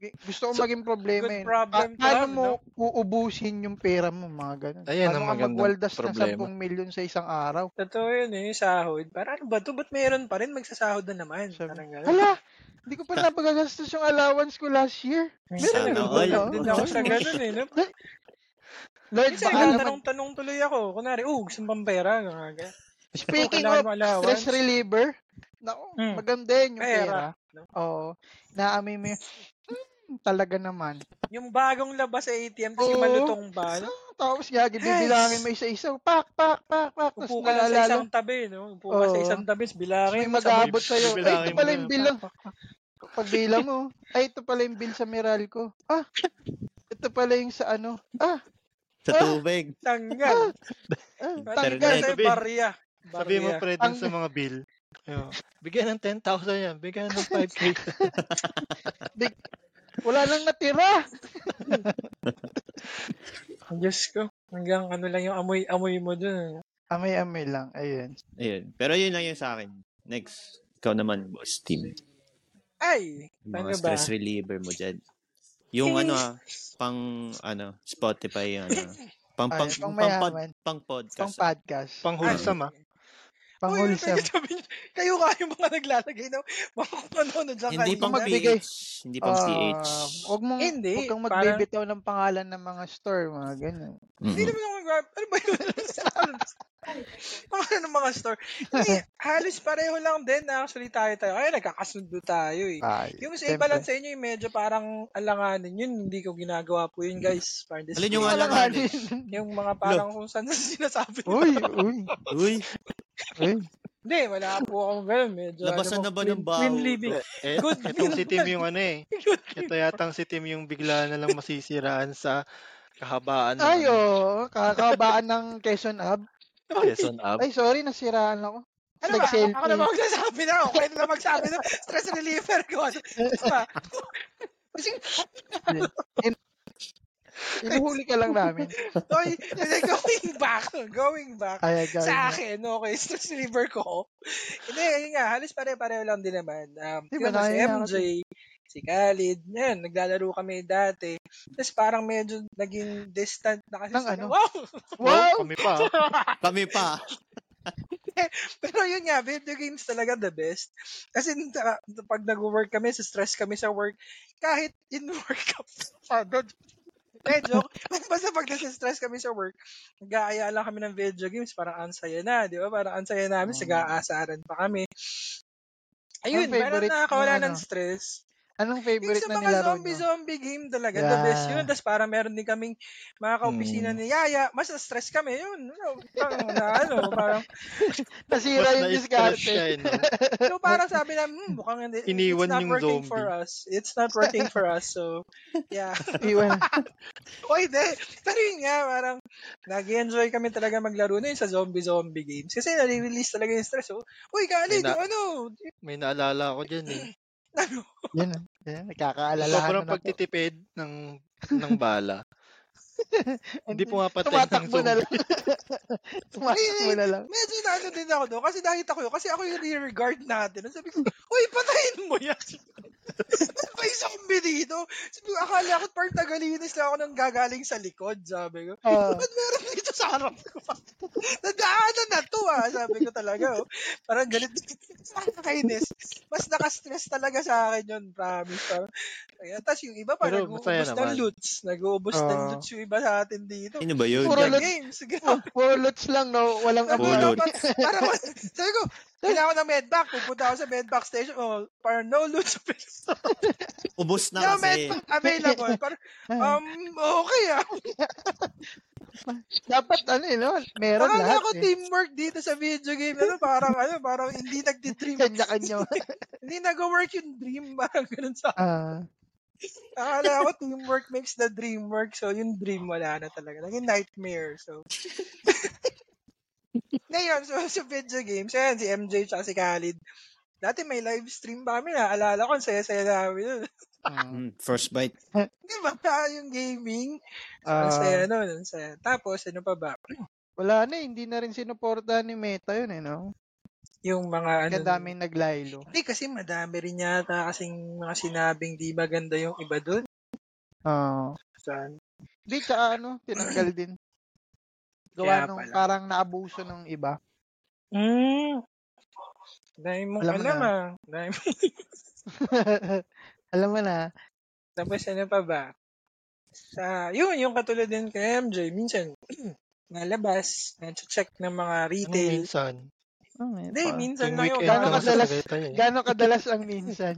Speaker 3: G- Gusto ko maging problema
Speaker 5: good
Speaker 3: yun.
Speaker 5: problem
Speaker 3: Pa-
Speaker 5: to
Speaker 3: paano
Speaker 5: have,
Speaker 3: mo uubusin yung pera mo, mga ganun?
Speaker 2: Ayan ang
Speaker 3: paano ka
Speaker 2: magandang
Speaker 3: magwaldas
Speaker 2: problema.
Speaker 3: ng 10 million sa isang araw?
Speaker 5: Totoo yun eh, yung sahod. Parang ano ba to? Ba't meron pa rin? Magsasahod na naman.
Speaker 3: Sabi,
Speaker 5: Parang gano'n.
Speaker 3: Hala! Hindi ko pa napagagastos yung allowance ko last year.
Speaker 5: Minsan
Speaker 4: Sana
Speaker 5: nag-
Speaker 4: all.
Speaker 5: din ako sa gano'n eh. No?
Speaker 3: Lord,
Speaker 5: Minsan
Speaker 3: baka oh. naman.
Speaker 5: nagtatanong-tanong tuloy ako. Kunwari, oh, gusto mo bang pera? Ganun, ganun.
Speaker 3: Speaking
Speaker 5: kailangan
Speaker 3: of
Speaker 5: mo allowance.
Speaker 3: stress reliever, naku,
Speaker 5: Hmm.
Speaker 3: maganda yun yung pera.
Speaker 5: Pera.
Speaker 3: Oo. Naamoy mo yun. Hmm, talaga naman.
Speaker 5: Yung bagong labas sa ATM, tapos yung
Speaker 3: Oo.
Speaker 5: malutong ba? No?
Speaker 3: Tapos nga, bibilangin mo isa-isa. Pak, pak, pak, pak. Tapos
Speaker 5: Upo ka lang sa
Speaker 3: nalalala.
Speaker 5: isang tabi, no? Upo ka sa
Speaker 3: Oo.
Speaker 5: isang tabi, tapos
Speaker 3: Tapos
Speaker 5: bilangin
Speaker 3: may
Speaker 5: mo sa
Speaker 3: mag-aabot sa'yo. Ay,
Speaker 2: bibilangin
Speaker 3: ito pala
Speaker 2: mo
Speaker 3: yung
Speaker 2: yun.
Speaker 3: bill. lang. Pag bilang mo. Ay, ito pala yung bill sa Meralco. Ah, ito pala yung sa ano. Ah,
Speaker 4: Sa tubig.
Speaker 5: tanggal.
Speaker 3: ah
Speaker 5: Parang
Speaker 3: tanggal.
Speaker 5: ka sa
Speaker 2: Sabi-
Speaker 5: barya.
Speaker 2: Sabi mo,
Speaker 5: Barya.
Speaker 2: pre, dun sa mga bill. Ayun. Bigyan ng 10,000 yan. Bigyan ng 5K.
Speaker 3: Wala nang natira.
Speaker 5: Ang Diyos ko. Hanggang ano lang yung amoy-amoy mo dun. eh.
Speaker 3: Amay-amay lang. Ayun.
Speaker 4: Ayun. Pero yun lang yun sa akin. Next. Ikaw naman, boss team.
Speaker 5: Ay!
Speaker 4: Yung
Speaker 5: Ano ba?
Speaker 4: mga stress reliever mo dyan. Yung ano ah, pang ano, Spotify yung ano. Pang pang
Speaker 3: Ay, pang
Speaker 4: pang,
Speaker 3: mayaman.
Speaker 4: pod, pang
Speaker 3: Pang
Speaker 4: podcast.
Speaker 3: podcast.
Speaker 2: Panghulsam, ah.
Speaker 3: Pang
Speaker 5: Uy,
Speaker 3: wholesome.
Speaker 5: teka, sabi niyo, kayo nga yung mga naglalagay ng mga kumanono dyan
Speaker 4: Hindi
Speaker 5: kanina.
Speaker 4: pang
Speaker 3: magbigay.
Speaker 4: PH. Hindi pang PH.
Speaker 3: Ah, Huwag mong,
Speaker 5: Hindi,
Speaker 3: huwag kang
Speaker 5: parang-
Speaker 3: magbibitaw ng pangalan ng mga store, mga ganyan.
Speaker 5: Hindi
Speaker 4: Mm-mm.
Speaker 5: naman ako nag Ano ba yun? Mga ng mga store. Hindi, halos pareho lang din actually tayo tayo. Kaya nagkakasundo tayo
Speaker 4: Ah,
Speaker 5: eh.
Speaker 3: Ay,
Speaker 5: Yung sa iba lang sa inyo, yung medyo parang alanganin yun. Hindi ko ginagawa po yun, guys. Parang this
Speaker 4: Alin yung
Speaker 5: thing.
Speaker 3: Walang
Speaker 4: alanganin?
Speaker 3: halin.
Speaker 5: Yung mga parang kung saan sinasabi. nila.
Speaker 3: uy, uy,
Speaker 4: Uy,
Speaker 3: uy.
Speaker 5: Hindi, wala po akong ganun. Medyo,
Speaker 4: labasan
Speaker 5: ano
Speaker 4: na
Speaker 5: po,
Speaker 4: ba
Speaker 5: clean-
Speaker 4: ng baho?
Speaker 5: Clean living.
Speaker 2: Eh,
Speaker 5: Good
Speaker 2: etong si
Speaker 5: meal
Speaker 2: Tim
Speaker 5: plan.
Speaker 2: yung ano eh. Ito yatang si Tim yung bigla na lang masisiraan sa kahabaan ng
Speaker 3: Ay, oh. oo, kakabaan ng Quezon Hub.
Speaker 2: ano, Quezon Ab.
Speaker 3: Ay, sorry, nasiraan ako.
Speaker 5: Ano ba?
Speaker 3: Nag-selfie.
Speaker 5: Ako na ba magsasabi na? Okay na lang magsabi na. Stress reliever ko. Ano ba? Kasi,
Speaker 3: Inuhuli ka lang namin.
Speaker 5: Oy, going back, going back.
Speaker 3: Ay, gawin
Speaker 5: Sa
Speaker 3: mo.
Speaker 5: akin, okay, stress reliever ko. Hindi, yun nga, halos pare-pareho lang din naman. Um,
Speaker 3: Di
Speaker 5: Di
Speaker 3: ba,
Speaker 5: mo, si
Speaker 3: nakakaya
Speaker 5: MJ, si Khalid, yan, naglalaro kami dati. Tapos parang medyo naging distant na kasi
Speaker 3: Nang
Speaker 5: sila.
Speaker 3: ano?
Speaker 5: Wow!
Speaker 3: Wow!
Speaker 2: Kami pa. ah.
Speaker 4: Kami pa.
Speaker 5: Pero yun nga, video games talaga the best. Kasi uh, pag nag-work kami, sa stress kami sa work, kahit in work ka pagod. Eh, joke. Basta pag nasa-stress kami sa work, nag-aaya lang kami ng video games, parang ansaya na, di ba? Parang ansaya namin,
Speaker 3: Mm.
Speaker 5: sa nag-aasaran pa kami.
Speaker 3: Ang
Speaker 5: Ayun, parang
Speaker 3: favorite
Speaker 5: nakakawala
Speaker 3: yung
Speaker 5: ng
Speaker 3: ano?
Speaker 5: stress.
Speaker 3: Anong
Speaker 5: Yung
Speaker 3: favorite
Speaker 5: sa
Speaker 3: na
Speaker 5: mga
Speaker 3: nilaro nyo?
Speaker 5: zombie-zombie game talaga, the
Speaker 3: Yeah. Mm.
Speaker 5: best yun. Tapos parang meron din kaming mga kaopisina
Speaker 4: Hmm.
Speaker 5: ni Yaya, mas na-stress kami, yun. Ano, Parang, na, ano, parang,
Speaker 3: Nasira
Speaker 2: Mas
Speaker 3: yung
Speaker 2: na-stress siya eh,
Speaker 3: diskarte.
Speaker 2: no?
Speaker 5: So parang sabi na, hmm, mukhang hindi,
Speaker 2: Iniwan
Speaker 5: it's not
Speaker 2: yung
Speaker 5: working
Speaker 2: zombie.
Speaker 5: for us. It's not working for us. So, yeah.
Speaker 3: Iwan.
Speaker 5: o hindi. Pero yun nga, parang nag-enjoy kami talaga maglaro na yun sa zombie-zombie games. Kasi nare-release talaga yung stress. So, uy,
Speaker 2: May
Speaker 5: Kali,
Speaker 2: na-
Speaker 5: oh. ano?
Speaker 2: May naalala ako dyan eh.
Speaker 5: Ano?
Speaker 3: Yan. Yeah, nakakaalalahan
Speaker 2: Sobrang
Speaker 3: na po.
Speaker 2: pagtitipid ng ng bala. Hindi pumapatay ng
Speaker 3: Tumatakbo na
Speaker 2: zombie.
Speaker 3: lang. Tumatakbo na lang.
Speaker 5: Medyo naano din ako doon kasi nakita ko yun. Kasi ako yung regard natin. Sabi ko, uy, patayin mo yan. Ba't may zombie dito? Sabi ko, akala ko partagalinis lang ako nang gagaling sa likod. Sabi ko,
Speaker 3: Ah.
Speaker 5: ba't meron dito sa harap ko? Nadaanan na to ah. Sabi ko talaga. Oh. Parang galit. Nakakainis. Mas nakastress talaga sa akin yun. Promise. Parang, Ayan. Tapos yung iba pa,
Speaker 2: Pero masaya
Speaker 5: nag-uubos ng
Speaker 2: naman.
Speaker 5: loots. Nag-uubos ng
Speaker 3: Ah.
Speaker 5: loots yung iba sa atin dito.
Speaker 4: Sino ba yun?
Speaker 3: Puro
Speaker 5: Puro
Speaker 3: loot.
Speaker 5: games.
Speaker 3: Pu- Puro loots Oh, lang, no? Walang ano.
Speaker 5: Sabi ko,
Speaker 4: Puro
Speaker 3: amount.
Speaker 4: loot.
Speaker 5: dapat, para ko, sabi ko, kailangan ko ng medback. Pupunta ako sa medback station. Oh, para no loot space.
Speaker 4: Ubus na
Speaker 5: No
Speaker 4: kasi.
Speaker 5: medback available. Para,
Speaker 3: Ah,
Speaker 5: um, okay ah.
Speaker 3: Dapat ano eh, no? Meron
Speaker 5: Akala
Speaker 3: lahat
Speaker 5: ko
Speaker 3: eh.
Speaker 5: teamwork dito sa video game. Ano, parang, ano, parang hindi nagdi-dream.
Speaker 3: Kanya-kanya.
Speaker 5: hindi nag-work yung dream. Parang ganun sa
Speaker 3: Ah.
Speaker 5: Akala ko teamwork makes the dream work. So, yung dream wala na talaga. Naging nightmare. So, ngayon, so, sa video games, ayan, si MJ tsaka si Khalid. Dati may live stream pa kami na. Alala ko, ang saya-saya namin nun.
Speaker 3: Mm.
Speaker 4: Mm, first bite.
Speaker 5: Di ba? Ah, Yung gaming. ang
Speaker 3: Ah.
Speaker 5: saya nun. Ang saya. Tapos, ano pa ba?
Speaker 3: wala na, eh, hindi na rin sinuportahan ni Meta yun eh, no?
Speaker 5: Yung mga ano.
Speaker 3: Kaya daming naglaylo.
Speaker 5: Hindi, kasi madami rin yata kasing mga sinabing di maganda yung iba dun.
Speaker 3: Ah.
Speaker 5: So,
Speaker 3: Hindi, tsaka ano, tinanggal din. Gawa
Speaker 5: Kaya
Speaker 3: nung
Speaker 5: pala.
Speaker 3: parang naabuso ng iba.
Speaker 5: mm, dahil mong
Speaker 3: Hmm. Alam mo
Speaker 5: alam, alam
Speaker 3: na.
Speaker 5: ah. Dahil
Speaker 3: Alam mo na.
Speaker 5: Tapos ano pa ba? Sa, yun, yung katulad din kay MJ, minsan, nalabas, check ng mga
Speaker 2: Ano
Speaker 3: eh.
Speaker 5: retail.
Speaker 2: minsan?
Speaker 3: Oh, may
Speaker 5: Hindi,
Speaker 3: pa.
Speaker 5: minsan
Speaker 2: Yung
Speaker 5: lang yung
Speaker 2: weekend
Speaker 3: Gaano
Speaker 2: na
Speaker 5: parang,
Speaker 3: ka dala-
Speaker 2: kadalas? Eh.
Speaker 3: Gaano kadalas ang minsan?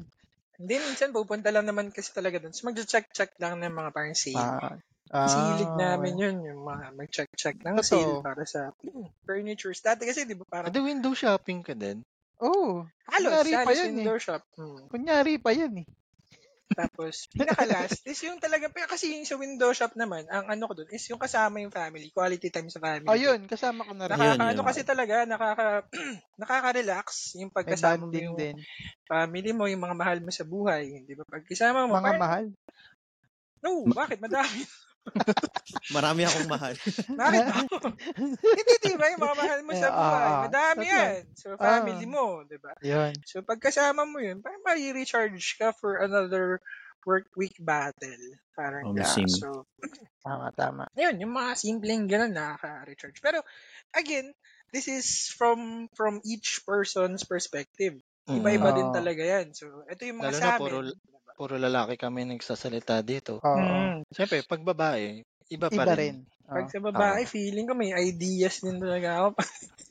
Speaker 5: hindi, minsan pupunta lang naman kasi talaga doon. So, mag-check-check lang ng mga parang sale.
Speaker 3: Ah.
Speaker 5: Silig namin
Speaker 3: okay.
Speaker 5: yun, yung mga mag-check-check
Speaker 2: Totoo.
Speaker 5: ng sale para sa furniture. Dati kasi, di ba, parang,
Speaker 2: Adi, eh. Ah, window shopping ka din?
Speaker 3: Oh,
Speaker 5: halos,
Speaker 3: Kunwari pa
Speaker 5: halos
Speaker 3: yun eh.
Speaker 5: window shop. Hmm.
Speaker 3: kunyari pa yan eh.
Speaker 5: Tapos, pinaka-last is yung talaga, kasi yung sa window shop naman, ang ano ko doon is yung kasama yung family, quality time sa family.
Speaker 3: Oh, yun, kasama ko na rin.
Speaker 4: Ayun,
Speaker 5: Nakaka, ano
Speaker 4: yun.
Speaker 5: kasi talaga, nakaka, nakaka-relax yung
Speaker 3: May
Speaker 5: pagkasama mo
Speaker 3: banding
Speaker 5: yung
Speaker 3: din.
Speaker 5: family mo, yung mga mahal mo sa buhay. Di ba? Pagkasama mo,
Speaker 3: Mga
Speaker 5: parang,
Speaker 3: mahal.
Speaker 5: no, bakit? Madami.
Speaker 4: Marami akong mahal.
Speaker 5: bakit ba? Hindi, di ba? Yung mga mahal mo sa
Speaker 3: Ah,
Speaker 5: buhay.
Speaker 3: ah,
Speaker 5: Madami
Speaker 3: totoo.
Speaker 5: yan. So, family
Speaker 3: Ah.
Speaker 5: mo, di ba?
Speaker 3: yun.
Speaker 5: So, pagkasama mo yun, parang ma-recharge ka for another work week battle. Parang,
Speaker 4: Um,
Speaker 3: Yeah.
Speaker 4: sing.
Speaker 5: so,
Speaker 3: Tama, tama.
Speaker 5: Ayun, yung mga simpleng ganun nakaka-recharge. Pero again, this is from from each person's perspective. Iba-iba
Speaker 3: Mm.
Speaker 5: din
Speaker 3: Oo.
Speaker 5: talaga 'yan. So, ito yung
Speaker 2: Ah,
Speaker 5: mga
Speaker 2: Lalo
Speaker 5: sa
Speaker 2: na
Speaker 5: amin.
Speaker 2: puro, puro lalaki kami nagsasalita dito.
Speaker 3: Oo.
Speaker 5: Mm.
Speaker 2: Siyempre, pag babae, iba pa
Speaker 3: Iba
Speaker 2: rin.
Speaker 3: rin. Oh.
Speaker 5: Pag
Speaker 3: Oo.
Speaker 5: sa babae,
Speaker 2: Oo.
Speaker 5: feeling ko may ideas din talaga ako.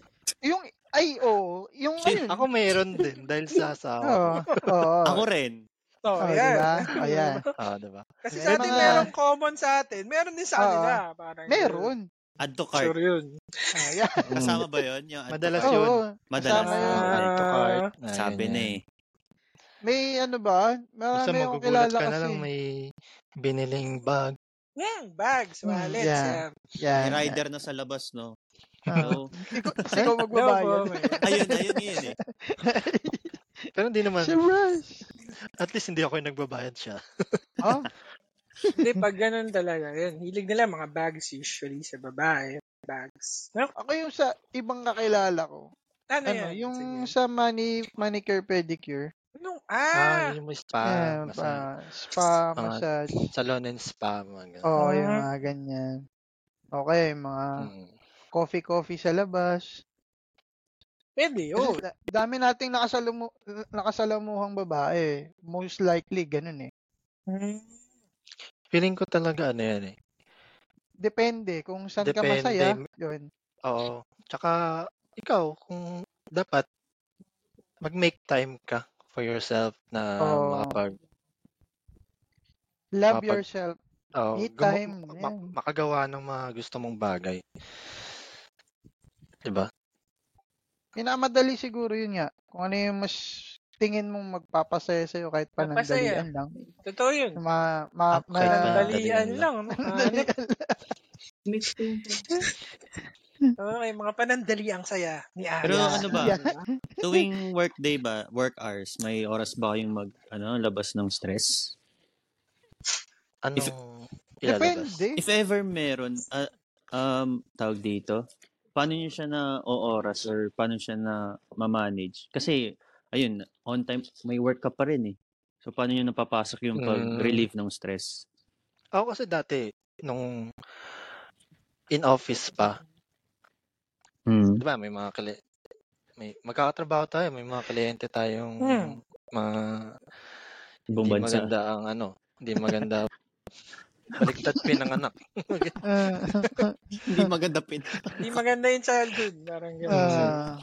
Speaker 3: Yung, ay, oo. yung
Speaker 4: Shit,
Speaker 3: ayun.
Speaker 2: Ako mayroon din dahil sa asawa ko.
Speaker 3: Oo. Oo.
Speaker 4: Ako rin.
Speaker 5: So,
Speaker 3: Oh,
Speaker 5: ayan.
Speaker 3: diba? Oh, yan.
Speaker 2: Ah, diba?
Speaker 3: May
Speaker 5: Kasi sa atin,
Speaker 3: mga-
Speaker 5: merong common sa atin. Meron din sa
Speaker 3: Oo.
Speaker 5: kanila. Parang
Speaker 3: Meron.
Speaker 4: Add to
Speaker 5: ganun. Sure
Speaker 4: cart.
Speaker 5: yun.
Speaker 3: Oh, yan.
Speaker 4: Kasama ba yun? Yung add to
Speaker 2: Madalas
Speaker 4: cart?
Speaker 2: yun.
Speaker 3: Oo.
Speaker 4: Madalas.
Speaker 3: Kasama yun.
Speaker 4: Ah,
Speaker 2: Add to cart. Ah,
Speaker 4: Sabi
Speaker 2: ganyan.
Speaker 4: na eh.
Speaker 3: May ano ba?
Speaker 2: Basta
Speaker 3: Marami akong
Speaker 2: magugulat
Speaker 3: kilala
Speaker 2: ka na
Speaker 3: kasi.
Speaker 2: lang may biniling bag.
Speaker 5: Hmm, bags,
Speaker 3: Hmm,
Speaker 5: wallets.
Speaker 3: yeah.
Speaker 5: yeah.
Speaker 3: Yan. yan.
Speaker 4: May rider na sa labas, no?
Speaker 3: Oo.
Speaker 4: So,
Speaker 3: Ikaw, ikaw
Speaker 5: No,
Speaker 3: magbabayad.
Speaker 5: po, may-
Speaker 4: ayun, ayun yun eh.
Speaker 2: Pero hindi naman,
Speaker 3: Surprise!
Speaker 2: at least hindi ako yung nagbabayad siya.
Speaker 3: Oh,
Speaker 5: Hindi, pag ganun talaga. Yun, hilig nila mga bags usually sa babae. Bags. No?
Speaker 3: ako yung sa ibang kakilala ko.
Speaker 5: Ano
Speaker 3: Ano,
Speaker 5: yan?
Speaker 3: yung
Speaker 5: Sige.
Speaker 3: sa mani, manicure pedicure.
Speaker 5: Anong,
Speaker 2: Ah,
Speaker 5: ah!
Speaker 2: yun yung may spa.
Speaker 3: Ah,
Speaker 2: Masa,
Speaker 3: pa, spa,
Speaker 2: mga
Speaker 3: massage.
Speaker 2: salon and spa, mga ganun.
Speaker 3: Oo, oh, yung
Speaker 5: Ah.
Speaker 3: mga ganyan. Okay, yung mga
Speaker 2: Mm.
Speaker 3: coffee-coffee sa labas.
Speaker 5: Pwede,
Speaker 3: Kasi
Speaker 5: oh.
Speaker 3: da- dami nating nakasalamu- nakasalamuhang babae. eh. Most likely, ganun eh.
Speaker 2: Feeling ko talaga ano yan eh.
Speaker 3: Depende kung saan ka
Speaker 2: Depende.
Speaker 3: masaya. Yun.
Speaker 2: Oo. Tsaka, ikaw, kung dapat, mag-make time ka for yourself na
Speaker 3: Oo.
Speaker 2: makapag,
Speaker 3: Love
Speaker 2: Kapag-
Speaker 3: yourself.
Speaker 2: oh,
Speaker 3: Me
Speaker 2: gumu-
Speaker 3: time,
Speaker 2: ma-
Speaker 3: yan.
Speaker 2: makagawa ng mga gusto mong bagay. Diba?
Speaker 3: Minamadali siguro yun nga. Kung ano yung mas tingin mong magpapasaya sa'yo kahit
Speaker 5: Magpasaya.
Speaker 3: panandalian lang.
Speaker 5: Totoo yun.
Speaker 3: Ma,
Speaker 2: Ah,
Speaker 3: ma,
Speaker 2: kahit
Speaker 3: ma,
Speaker 2: panandali.
Speaker 5: Panandalian lang. Ano?
Speaker 3: Dali-
Speaker 5: Hanap. Okay, mga panandali ang saya ni Ari.
Speaker 4: Pero
Speaker 2: Yeah.
Speaker 4: ano ba,
Speaker 3: Yeah.
Speaker 4: tuwing work day ba, work hours, may oras ba kayong mag, ano, labas ng stress?
Speaker 2: Anong ilalabas?
Speaker 3: Depende.
Speaker 4: If ever meron, ah, um, tawag dito, paano nyo siya na o-oras or paano siya na ma-manage? Kasi, ayun, on time, may work ka pa rin eh. So, paano nyo napapasok
Speaker 2: Mm.
Speaker 4: yung pag-relieve ng stress?
Speaker 2: Ako kasi dati, nung in office pa, di
Speaker 4: Mm.
Speaker 2: ba may mga kali may magkakatrabaho tayo, may mga kliyente tayong
Speaker 5: Hmm.
Speaker 2: mga
Speaker 4: Ibang
Speaker 2: hindi
Speaker 4: bansa.
Speaker 2: maganda ang ano, hindi maganda baliktad pinanganak.
Speaker 3: Ah,
Speaker 4: Hindi maganda pin.
Speaker 5: Hindi maganda yung childhood. Parang ganun.
Speaker 2: Mm.
Speaker 3: ah,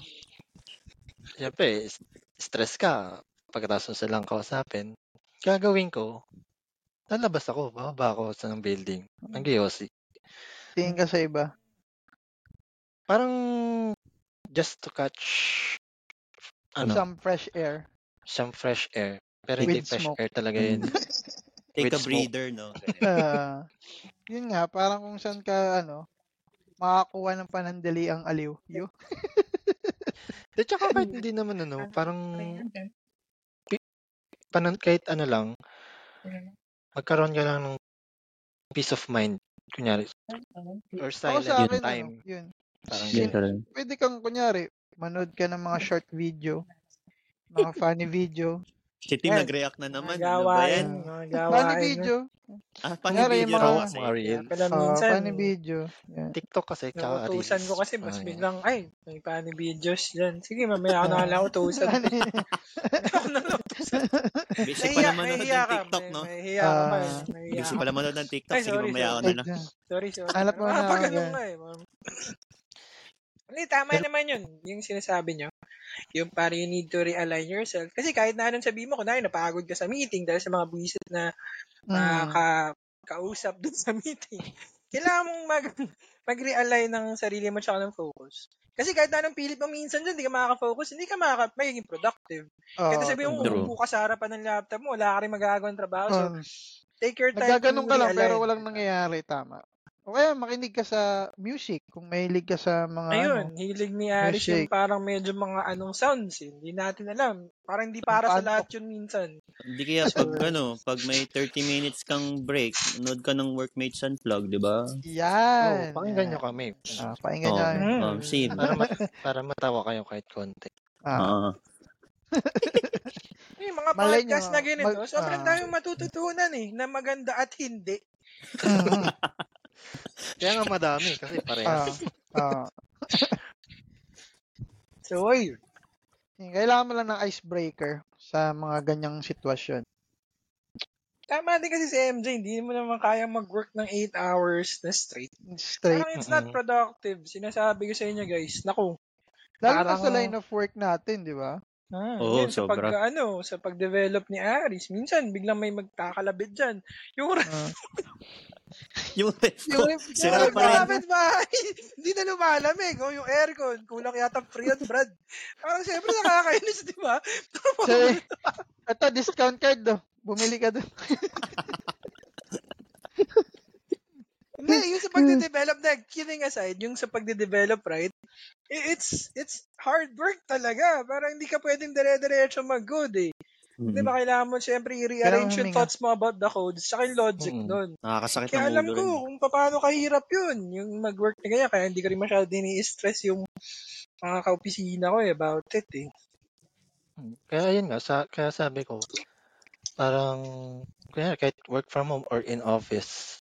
Speaker 2: Siyempre, s- stress ka pagkatapos mo silang kausapin. Gagawin ko, lalabas ako, bababa ako sa ng building. Ang giyosi.
Speaker 3: tingin ka sa iba.
Speaker 2: Parang just to catch ano,
Speaker 3: Some fresh air.
Speaker 2: some fresh air. Pero hindi
Speaker 3: With
Speaker 2: fresh
Speaker 3: smoke.
Speaker 2: air talaga yun.
Speaker 4: Take
Speaker 2: With
Speaker 4: a
Speaker 2: smoke.
Speaker 4: breather, no?
Speaker 3: Ah, yun nga, parang kung saan ka, ano, makakuha ng panandali ang aliw. Yo.
Speaker 2: At saka kahit hindi naman ano, parang panan kahit ano lang, magkaroon ka lang ng peace of mind. Kunyari, or silent
Speaker 3: Ako sa akin,
Speaker 2: time.
Speaker 3: ano, yun.
Speaker 2: Parang
Speaker 4: Yun
Speaker 2: ganun.
Speaker 4: talaga.
Speaker 3: Pwede kang, kunyari, manood ka ng mga short video, mga funny video.
Speaker 4: Chiting
Speaker 5: Eh,
Speaker 3: Yan.
Speaker 4: nag-react na
Speaker 5: Mga
Speaker 4: naman. Ano ba
Speaker 5: gawain.
Speaker 4: yan?
Speaker 5: Mga
Speaker 3: funny
Speaker 5: gawain.
Speaker 3: video.
Speaker 4: Ah,
Speaker 3: Kunyari,
Speaker 4: panibidyo
Speaker 3: mga-
Speaker 4: raw
Speaker 2: Oo,
Speaker 4: kasi.
Speaker 2: mga
Speaker 5: Kaya
Speaker 2: reels.
Speaker 5: pala
Speaker 3: Oh,
Speaker 5: minsan,
Speaker 3: funny video. Yan.
Speaker 2: TikTok kasi, tsaka
Speaker 5: nautusan ko
Speaker 2: reels.
Speaker 5: kasi, mas
Speaker 4: Ah,
Speaker 2: Mga ganun.
Speaker 5: biglang, ay, may pani videos dyan. Sige, mamaya ako na lang utusan.
Speaker 3: Ano yun?
Speaker 5: ako na lang utusan.
Speaker 4: Busy pa
Speaker 5: Nahiya-
Speaker 4: naman nanonood
Speaker 5: nahiya
Speaker 4: ng
Speaker 5: ka,
Speaker 4: TikTok,
Speaker 5: may-
Speaker 4: no?
Speaker 5: Nahiya ka pa.
Speaker 3: Ah.
Speaker 5: Nahiya
Speaker 4: Busy
Speaker 5: ka.
Speaker 4: pa naman nanonood ng TikTok.
Speaker 5: Ay,
Speaker 4: Sige,
Speaker 5: sorry,
Speaker 4: mamaya ako
Speaker 3: Ay,
Speaker 5: sorry.
Speaker 4: na
Speaker 2: Ano
Speaker 4: lang.
Speaker 3: dyan.
Speaker 5: Sorry, sorry.
Speaker 3: Hanap mo na ako
Speaker 5: Mapapagano
Speaker 3: dyan.
Speaker 5: nga eh. ma'am. Hindi, tama naman yun. Yung sinasabi nyo. Yung parang you need to realign yourself. Kasi kahit na anong sabihin mo, kunwari napagod ka sa meeting dahil sa mga buwisit na
Speaker 3: Mm.
Speaker 5: nakaka kausap dun sa meeting. Kailangan mong mag, mag-realign ng sarili mo tsaka ng focus. Kasi kahit na anong pilit mo minsan dyan, hindi ka makaka-focus, hindi ka makaka magiging productive. Kahit na
Speaker 3: Oo,
Speaker 5: sabihin mo,
Speaker 3: totoo.
Speaker 4: True.
Speaker 5: umupo ka sa harapan ng laptop mo, wala ka rin magagawa ng trabaho. So,
Speaker 3: Oo.
Speaker 5: take your time to
Speaker 3: Naggaganong ka lang pero
Speaker 5: realign.
Speaker 3: walang nangyayari, tama. O kaya makinig ka sa music, kung mahilig ka sa mga ano,
Speaker 5: Ayun, hilig ni Aris
Speaker 3: Music.
Speaker 5: yung parang medyo mga anong sounds. eh. Hindi natin alam. Parang hindi para sa
Speaker 3: Pantok.
Speaker 5: lahat yun minsan.
Speaker 4: Hindi kaya pag ano, pag may 30 minutes kang break, nanood ka ng Workmates Unplugged, di ba?
Speaker 2: Oo,
Speaker 3: Yan.
Speaker 2: pakinggan nyo Um,
Speaker 3: yan.
Speaker 2: kami.
Speaker 3: Ah, pakinggan niya
Speaker 4: Oh,
Speaker 3: kami.
Speaker 5: Mm.
Speaker 4: oh, same.
Speaker 2: Para, mat- para matawa kayo kahit konti.
Speaker 3: Ah.
Speaker 4: Ah,
Speaker 5: Yung mga
Speaker 3: Malay nyo,
Speaker 5: podcast na ganito,
Speaker 3: mag-
Speaker 5: sobrang
Speaker 3: ah.
Speaker 5: daming matututunan eh, na maganda at hindi.
Speaker 3: Mm-mm.
Speaker 2: Kaya nga madami kasi parehas.
Speaker 3: Ah. Ah.
Speaker 5: So, ayun.
Speaker 3: Yung Kailangan mo lang ng icebreaker sa mga ganyang sitwasyon.
Speaker 5: Tama din kasi si MJ, hindi mo naman kaya mag-work ng 8 hours na straight.
Speaker 3: Straight.
Speaker 5: Parang it's
Speaker 2: Mm-mm.
Speaker 5: not productive. Sinasabi ko sa inyo guys, naku,
Speaker 3: Lalo na sa
Speaker 5: Parang-
Speaker 3: line of work natin, di ba?
Speaker 5: Ah,
Speaker 4: Oo,
Speaker 5: yun, sa pag,
Speaker 4: sobra.
Speaker 5: ano, sa pag-develop ni Aris, minsan biglang may magkakalabit dyan. Yung
Speaker 3: Ah.
Speaker 4: yung ref ko,
Speaker 3: Yung-
Speaker 4: sira
Speaker 5: Yung
Speaker 4: pa rin.
Speaker 5: kapit bahay, hindi na lumalamig. O yung aircon, kulang yata freon, Brad. Parang syempre nakakainis, di ba?
Speaker 3: So, eh, ito, discount card do. Bumili ka doon.
Speaker 5: hindi, yung sa pagde-develop na, kidding aside, yung sa pagde-develop, right? i- It's it's hard work talaga. Parang hindi ka pwedeng dire-diretso mag-good eh. Di
Speaker 4: Mm-mm.
Speaker 5: ba kailangan mo syempre
Speaker 3: Kailangan
Speaker 5: i-rearrange yung
Speaker 3: huminga.
Speaker 5: thoughts mo about the codes saka yung logic
Speaker 2: Mm-mm.
Speaker 5: nun.
Speaker 4: Nakakasakit ng
Speaker 5: Kaya alam
Speaker 4: ulo rin.
Speaker 5: ko kung paano kahirap yun, yung mag-work na ganyan. Kaya hindi ko rin masyado ini-stress yung mga kaopisina ko eh, about it eh.
Speaker 2: Mm. Kaya yun nga, sa, kaya sabi ko, parang, kaya kahit work from home or in office,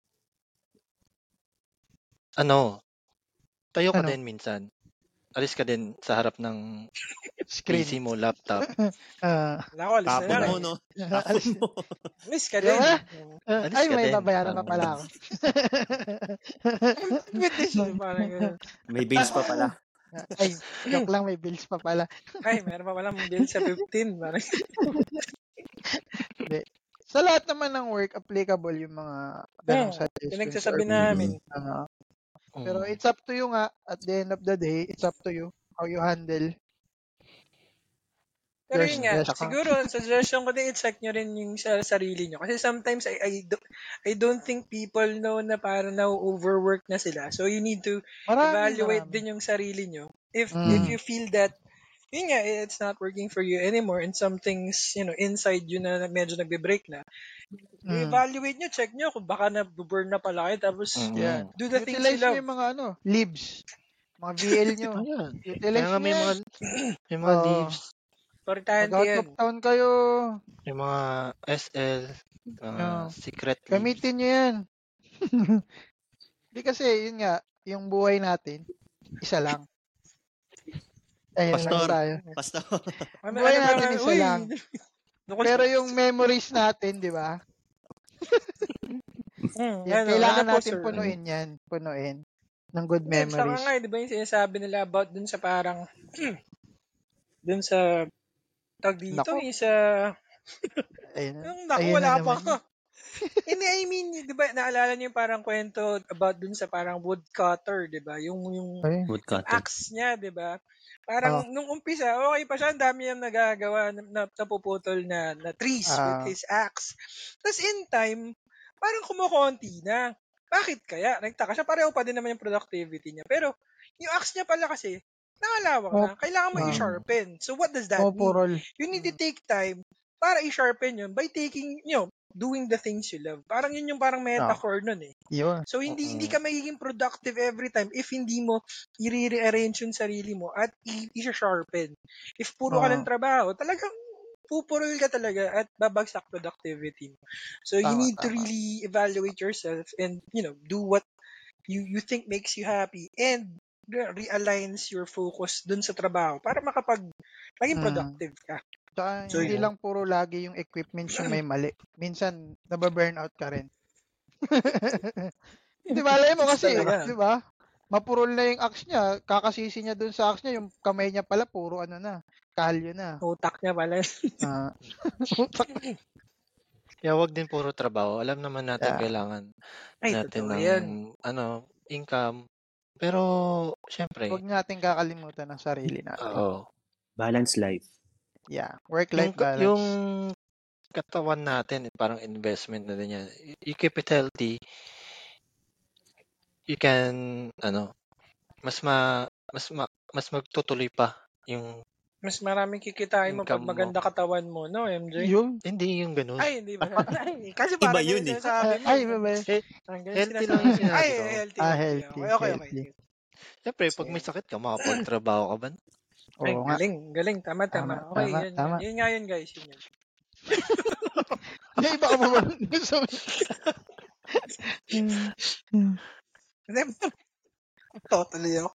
Speaker 2: ano, tayo ka
Speaker 3: Ano?
Speaker 2: din minsan. Alis ka din sa harap ng
Speaker 3: Screen.
Speaker 2: PC mo, laptop.
Speaker 3: Ah.
Speaker 5: Nako, alis na
Speaker 4: Tapon
Speaker 5: lang
Speaker 4: mo,
Speaker 5: eh.
Speaker 4: no? Tapon
Speaker 3: alis.
Speaker 4: mo.
Speaker 5: Miss ka
Speaker 3: Yung
Speaker 5: din.
Speaker 3: wala. Ah,
Speaker 2: Alis
Speaker 3: ay,
Speaker 2: ka
Speaker 3: may
Speaker 2: din.
Speaker 3: babayaran pa
Speaker 2: Parang
Speaker 3: pala
Speaker 2: ganun.
Speaker 3: ako.
Speaker 5: With this, eh, parang ganun.
Speaker 4: May bills pa pala.
Speaker 3: Ah, ay, joke lang, may bills pa pala.
Speaker 5: Ay, meron pa palang bill sa 15. Parang,
Speaker 3: Hindi. Sa lahat naman ng work, applicable yung mga ganong
Speaker 5: Yeah,
Speaker 3: suggestions. Or,
Speaker 5: pinagsasabi namin.
Speaker 3: ano.
Speaker 2: Mm.
Speaker 3: pero it's up to you nga. At the end of the day, it's up to you how you handle.
Speaker 5: Pero
Speaker 3: Yes,
Speaker 5: yun nga,
Speaker 3: yes, saka-
Speaker 5: siguro, ang suggestion ko din, i-check nyo rin yung sa sarili nyo. Kasi sometimes, I, I, do- I don't think people know na parang na-overwork na sila. So, you need to
Speaker 3: Marami,
Speaker 5: evaluate
Speaker 3: marami.
Speaker 5: din yung sarili nyo. If,
Speaker 3: Mm.
Speaker 5: if you feel that, yun nga, it's not working for you anymore and some things, you know, inside you na medyo nagbe-break na,
Speaker 3: Mm.
Speaker 5: evaluate nyo, check nyo kung baka na-burn na pala kayo. Tapos,
Speaker 2: Mm.
Speaker 3: Yeah.
Speaker 5: do the things
Speaker 3: Utilize
Speaker 5: you
Speaker 3: nyo
Speaker 5: love.
Speaker 3: yung mga ano, leaves. Mga VL nyo.
Speaker 2: Ayan. Kaya
Speaker 3: Utilize
Speaker 2: nga
Speaker 3: nyo
Speaker 2: may
Speaker 3: yan.
Speaker 2: mga, may mga
Speaker 3: Oo.
Speaker 2: leaves,
Speaker 5: Importante
Speaker 3: Mag-out
Speaker 5: yan.
Speaker 3: of town kayo.
Speaker 2: may mga SL, uh,
Speaker 3: Yeah.
Speaker 2: secret leaves.
Speaker 3: Gamitin nyo yan. Hindi kasi, yun nga, yung buhay natin, isa lang. Ayun
Speaker 4: Pastor.
Speaker 3: lang tayo.
Speaker 4: Basta,
Speaker 5: Ano,
Speaker 3: Buhay
Speaker 5: ano ba
Speaker 3: natin
Speaker 5: nga-
Speaker 3: isa
Speaker 5: Uy!
Speaker 3: lang.
Speaker 5: Naku-
Speaker 3: Pero yung memories natin, di ba?
Speaker 5: Hmm,
Speaker 3: Yan,
Speaker 5: ano,
Speaker 3: kailangan
Speaker 5: ano po,
Speaker 3: natin
Speaker 5: sir?
Speaker 3: punuin yan. Punuin. Ng good
Speaker 5: At saka
Speaker 3: memories.
Speaker 5: nga, di ba yung sinasabi nila about dun sa parang, dun sa, tag dito,
Speaker 3: Nako.
Speaker 5: yung sa,
Speaker 3: Ayun. na.
Speaker 5: yung naku,
Speaker 3: Ayun na
Speaker 5: wala pa
Speaker 3: naman.
Speaker 5: ako. Hindi, I mean, di ba, naalala niyo yung parang kwento about dun sa parang woodcutter, di ba? Yung, yung,
Speaker 3: Ayun.
Speaker 5: yung
Speaker 4: woodcutter.
Speaker 5: axe niya, di ba?
Speaker 3: Oh.
Speaker 5: Parang nung umpisa, okay pa siya, ang dami niyang nagagawa, na, na, napuputol na, na trees with
Speaker 3: Ah.
Speaker 5: his axe. Tapos in time, parang kumukonti na. Bakit kaya? Nagtaka siya, pareho pa din naman yung productivity niya. Pero yung axe niya pala kasi, nangalawak na, kailangan mo
Speaker 3: Ah. Oh, Hmm.
Speaker 5: i-sharpen. So what does that mean?
Speaker 3: Pumupurol.
Speaker 5: you need to take time para i-sharpen yun by taking, you know, doing the things you love. Parang yun yung parang
Speaker 3: Ah.
Speaker 5: metaphor nun eh.
Speaker 3: Yun.
Speaker 5: So, hindi
Speaker 2: Mm-mm.
Speaker 5: hindi ka magiging productive every time if hindi mo i-rearrange yung sarili mo at i- i-sharpen. If puro ka ng
Speaker 3: Ah.
Speaker 5: trabaho, talagang pupurol ka talaga at babagsak productivity mo. So, you
Speaker 3: Tama,
Speaker 5: need to
Speaker 3: tama.
Speaker 5: really evaluate yourself and, you know, do what you you think makes you happy and re- realigns your focus dun sa trabaho para makapag maging
Speaker 3: Mm.
Speaker 5: productive ka.
Speaker 3: Tsaka
Speaker 5: So,
Speaker 3: hindi
Speaker 5: yun.
Speaker 3: lang puro lagi yung equipments yung may mali. Minsan, nababurnout ka rin. di ba, alam mo
Speaker 5: It's
Speaker 3: kasi,
Speaker 5: talaga.
Speaker 3: di ba? Mapurol na yung axe niya, kakasisi niya dun sa axe niya, yung kamay niya pala, puro ano na, kalyo na.
Speaker 5: Utak niya pala.
Speaker 3: Ah. Utak.
Speaker 2: Kaya wag din puro trabaho. Alam naman natin
Speaker 3: Yeah.
Speaker 2: kailangan
Speaker 5: Ay,
Speaker 2: natin
Speaker 5: totoo
Speaker 2: ng
Speaker 5: yan.
Speaker 2: ano, income. Pero syempre, ah,
Speaker 3: Huwag natin kakalimutan ang sarili natin.
Speaker 2: oo.
Speaker 4: Balance life.
Speaker 3: Yeah.
Speaker 2: Yung
Speaker 3: Work-life
Speaker 2: ka- yung
Speaker 3: balance.
Speaker 2: katawan natin eh, parang investment na din yan. Y- You keep it healthy, you can ano, mas ma mas ma, mas magtutuloy pa yung
Speaker 5: Mas maraming kikitain mo pag
Speaker 2: Income mo.
Speaker 5: maganda katawan mo, no, MJ?
Speaker 3: Yun.
Speaker 2: hindi yung ganun.
Speaker 5: Ay, hindi ba? Ay, kasi
Speaker 4: Iba
Speaker 5: parang
Speaker 4: yun
Speaker 5: ganun
Speaker 4: eh.
Speaker 5: sinasabi mo.
Speaker 3: Ah, Ay, babe.
Speaker 2: Eh,
Speaker 5: Parang ganun
Speaker 2: healthy lang yung sinabi
Speaker 5: sinasabi. Ay,
Speaker 2: ko.
Speaker 5: healthy,
Speaker 3: Ah,
Speaker 5: healthy.
Speaker 3: healthy,
Speaker 5: Okay, okay, okay.
Speaker 3: healthy.
Speaker 2: Siyempre, pag may
Speaker 5: Sige.
Speaker 2: sakit ka, makapagtrabaho ka ba?
Speaker 5: Ay,
Speaker 3: Oo nga.
Speaker 5: galing, galing. Tama, tama.
Speaker 3: Tama,
Speaker 5: Okay,
Speaker 3: tama,
Speaker 5: yun, yun.
Speaker 3: tama.
Speaker 5: Yun nga yun, guys. Yun yun.
Speaker 3: Yung iba ka ba ba? Gusto mo?
Speaker 5: totally oh. ako.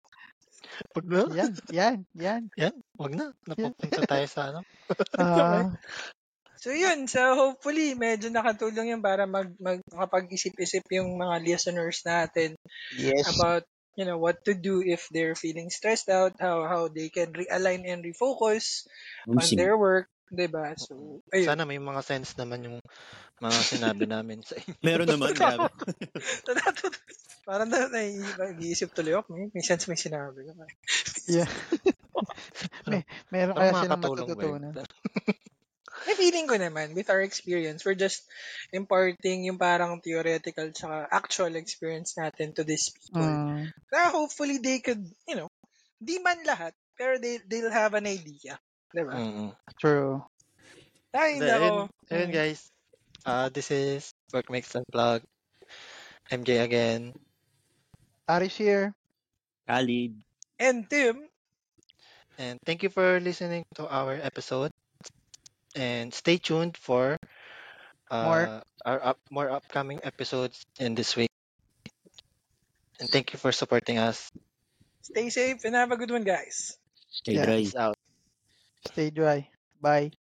Speaker 2: Wag na.
Speaker 3: yan, yan, yan.
Speaker 2: Yan. Wag na. Napupunta tayo sa ano.
Speaker 3: Ah,
Speaker 5: So yun, so hopefully medyo nakatulong yun para mag, mag makapag-isip-isip yung mga listeners natin
Speaker 3: yes.
Speaker 5: about you know what to do if they're feeling stressed out how how they can realign and refocus on
Speaker 4: Lucy.
Speaker 5: their work 'di ba so ayun
Speaker 2: Sana may mga sense naman yung mga sinabi namin sa inyo.
Speaker 4: Meron naman, grabe.
Speaker 5: parang na, nai- nag-iisip tuloy ako may, may sense may sinabi ka
Speaker 3: Yeah.
Speaker 2: Parang,
Speaker 3: May, meron
Speaker 2: parang
Speaker 3: kaya silang
Speaker 2: makakatulong ba yun?
Speaker 3: matututunan.
Speaker 5: may feeling ko naman with our experience we're just imparting yung parang theoretical tsaka actual experience natin to these people
Speaker 3: Mm.
Speaker 5: na hopefully they could you know di man lahat pero they they'll have an idea 'di ba
Speaker 2: Mm-mm.
Speaker 3: True.
Speaker 5: ay
Speaker 2: Hindi,
Speaker 5: nako
Speaker 2: ayun, ayun
Speaker 5: Mm.
Speaker 2: guys. Uh, this is Work Makes Unplug. MJ again.
Speaker 3: Aris here.
Speaker 4: Khalid.
Speaker 5: and Tim
Speaker 2: And thank you for listening to our episode. And stay tuned for
Speaker 3: More.
Speaker 2: uh, our up, more upcoming episodes in this week. And thank you for supporting us.
Speaker 5: Stay safe and have a good one, guys.
Speaker 4: Stay
Speaker 3: Yeah.
Speaker 4: dry.
Speaker 2: Peace out.
Speaker 3: Stay dry. Bye.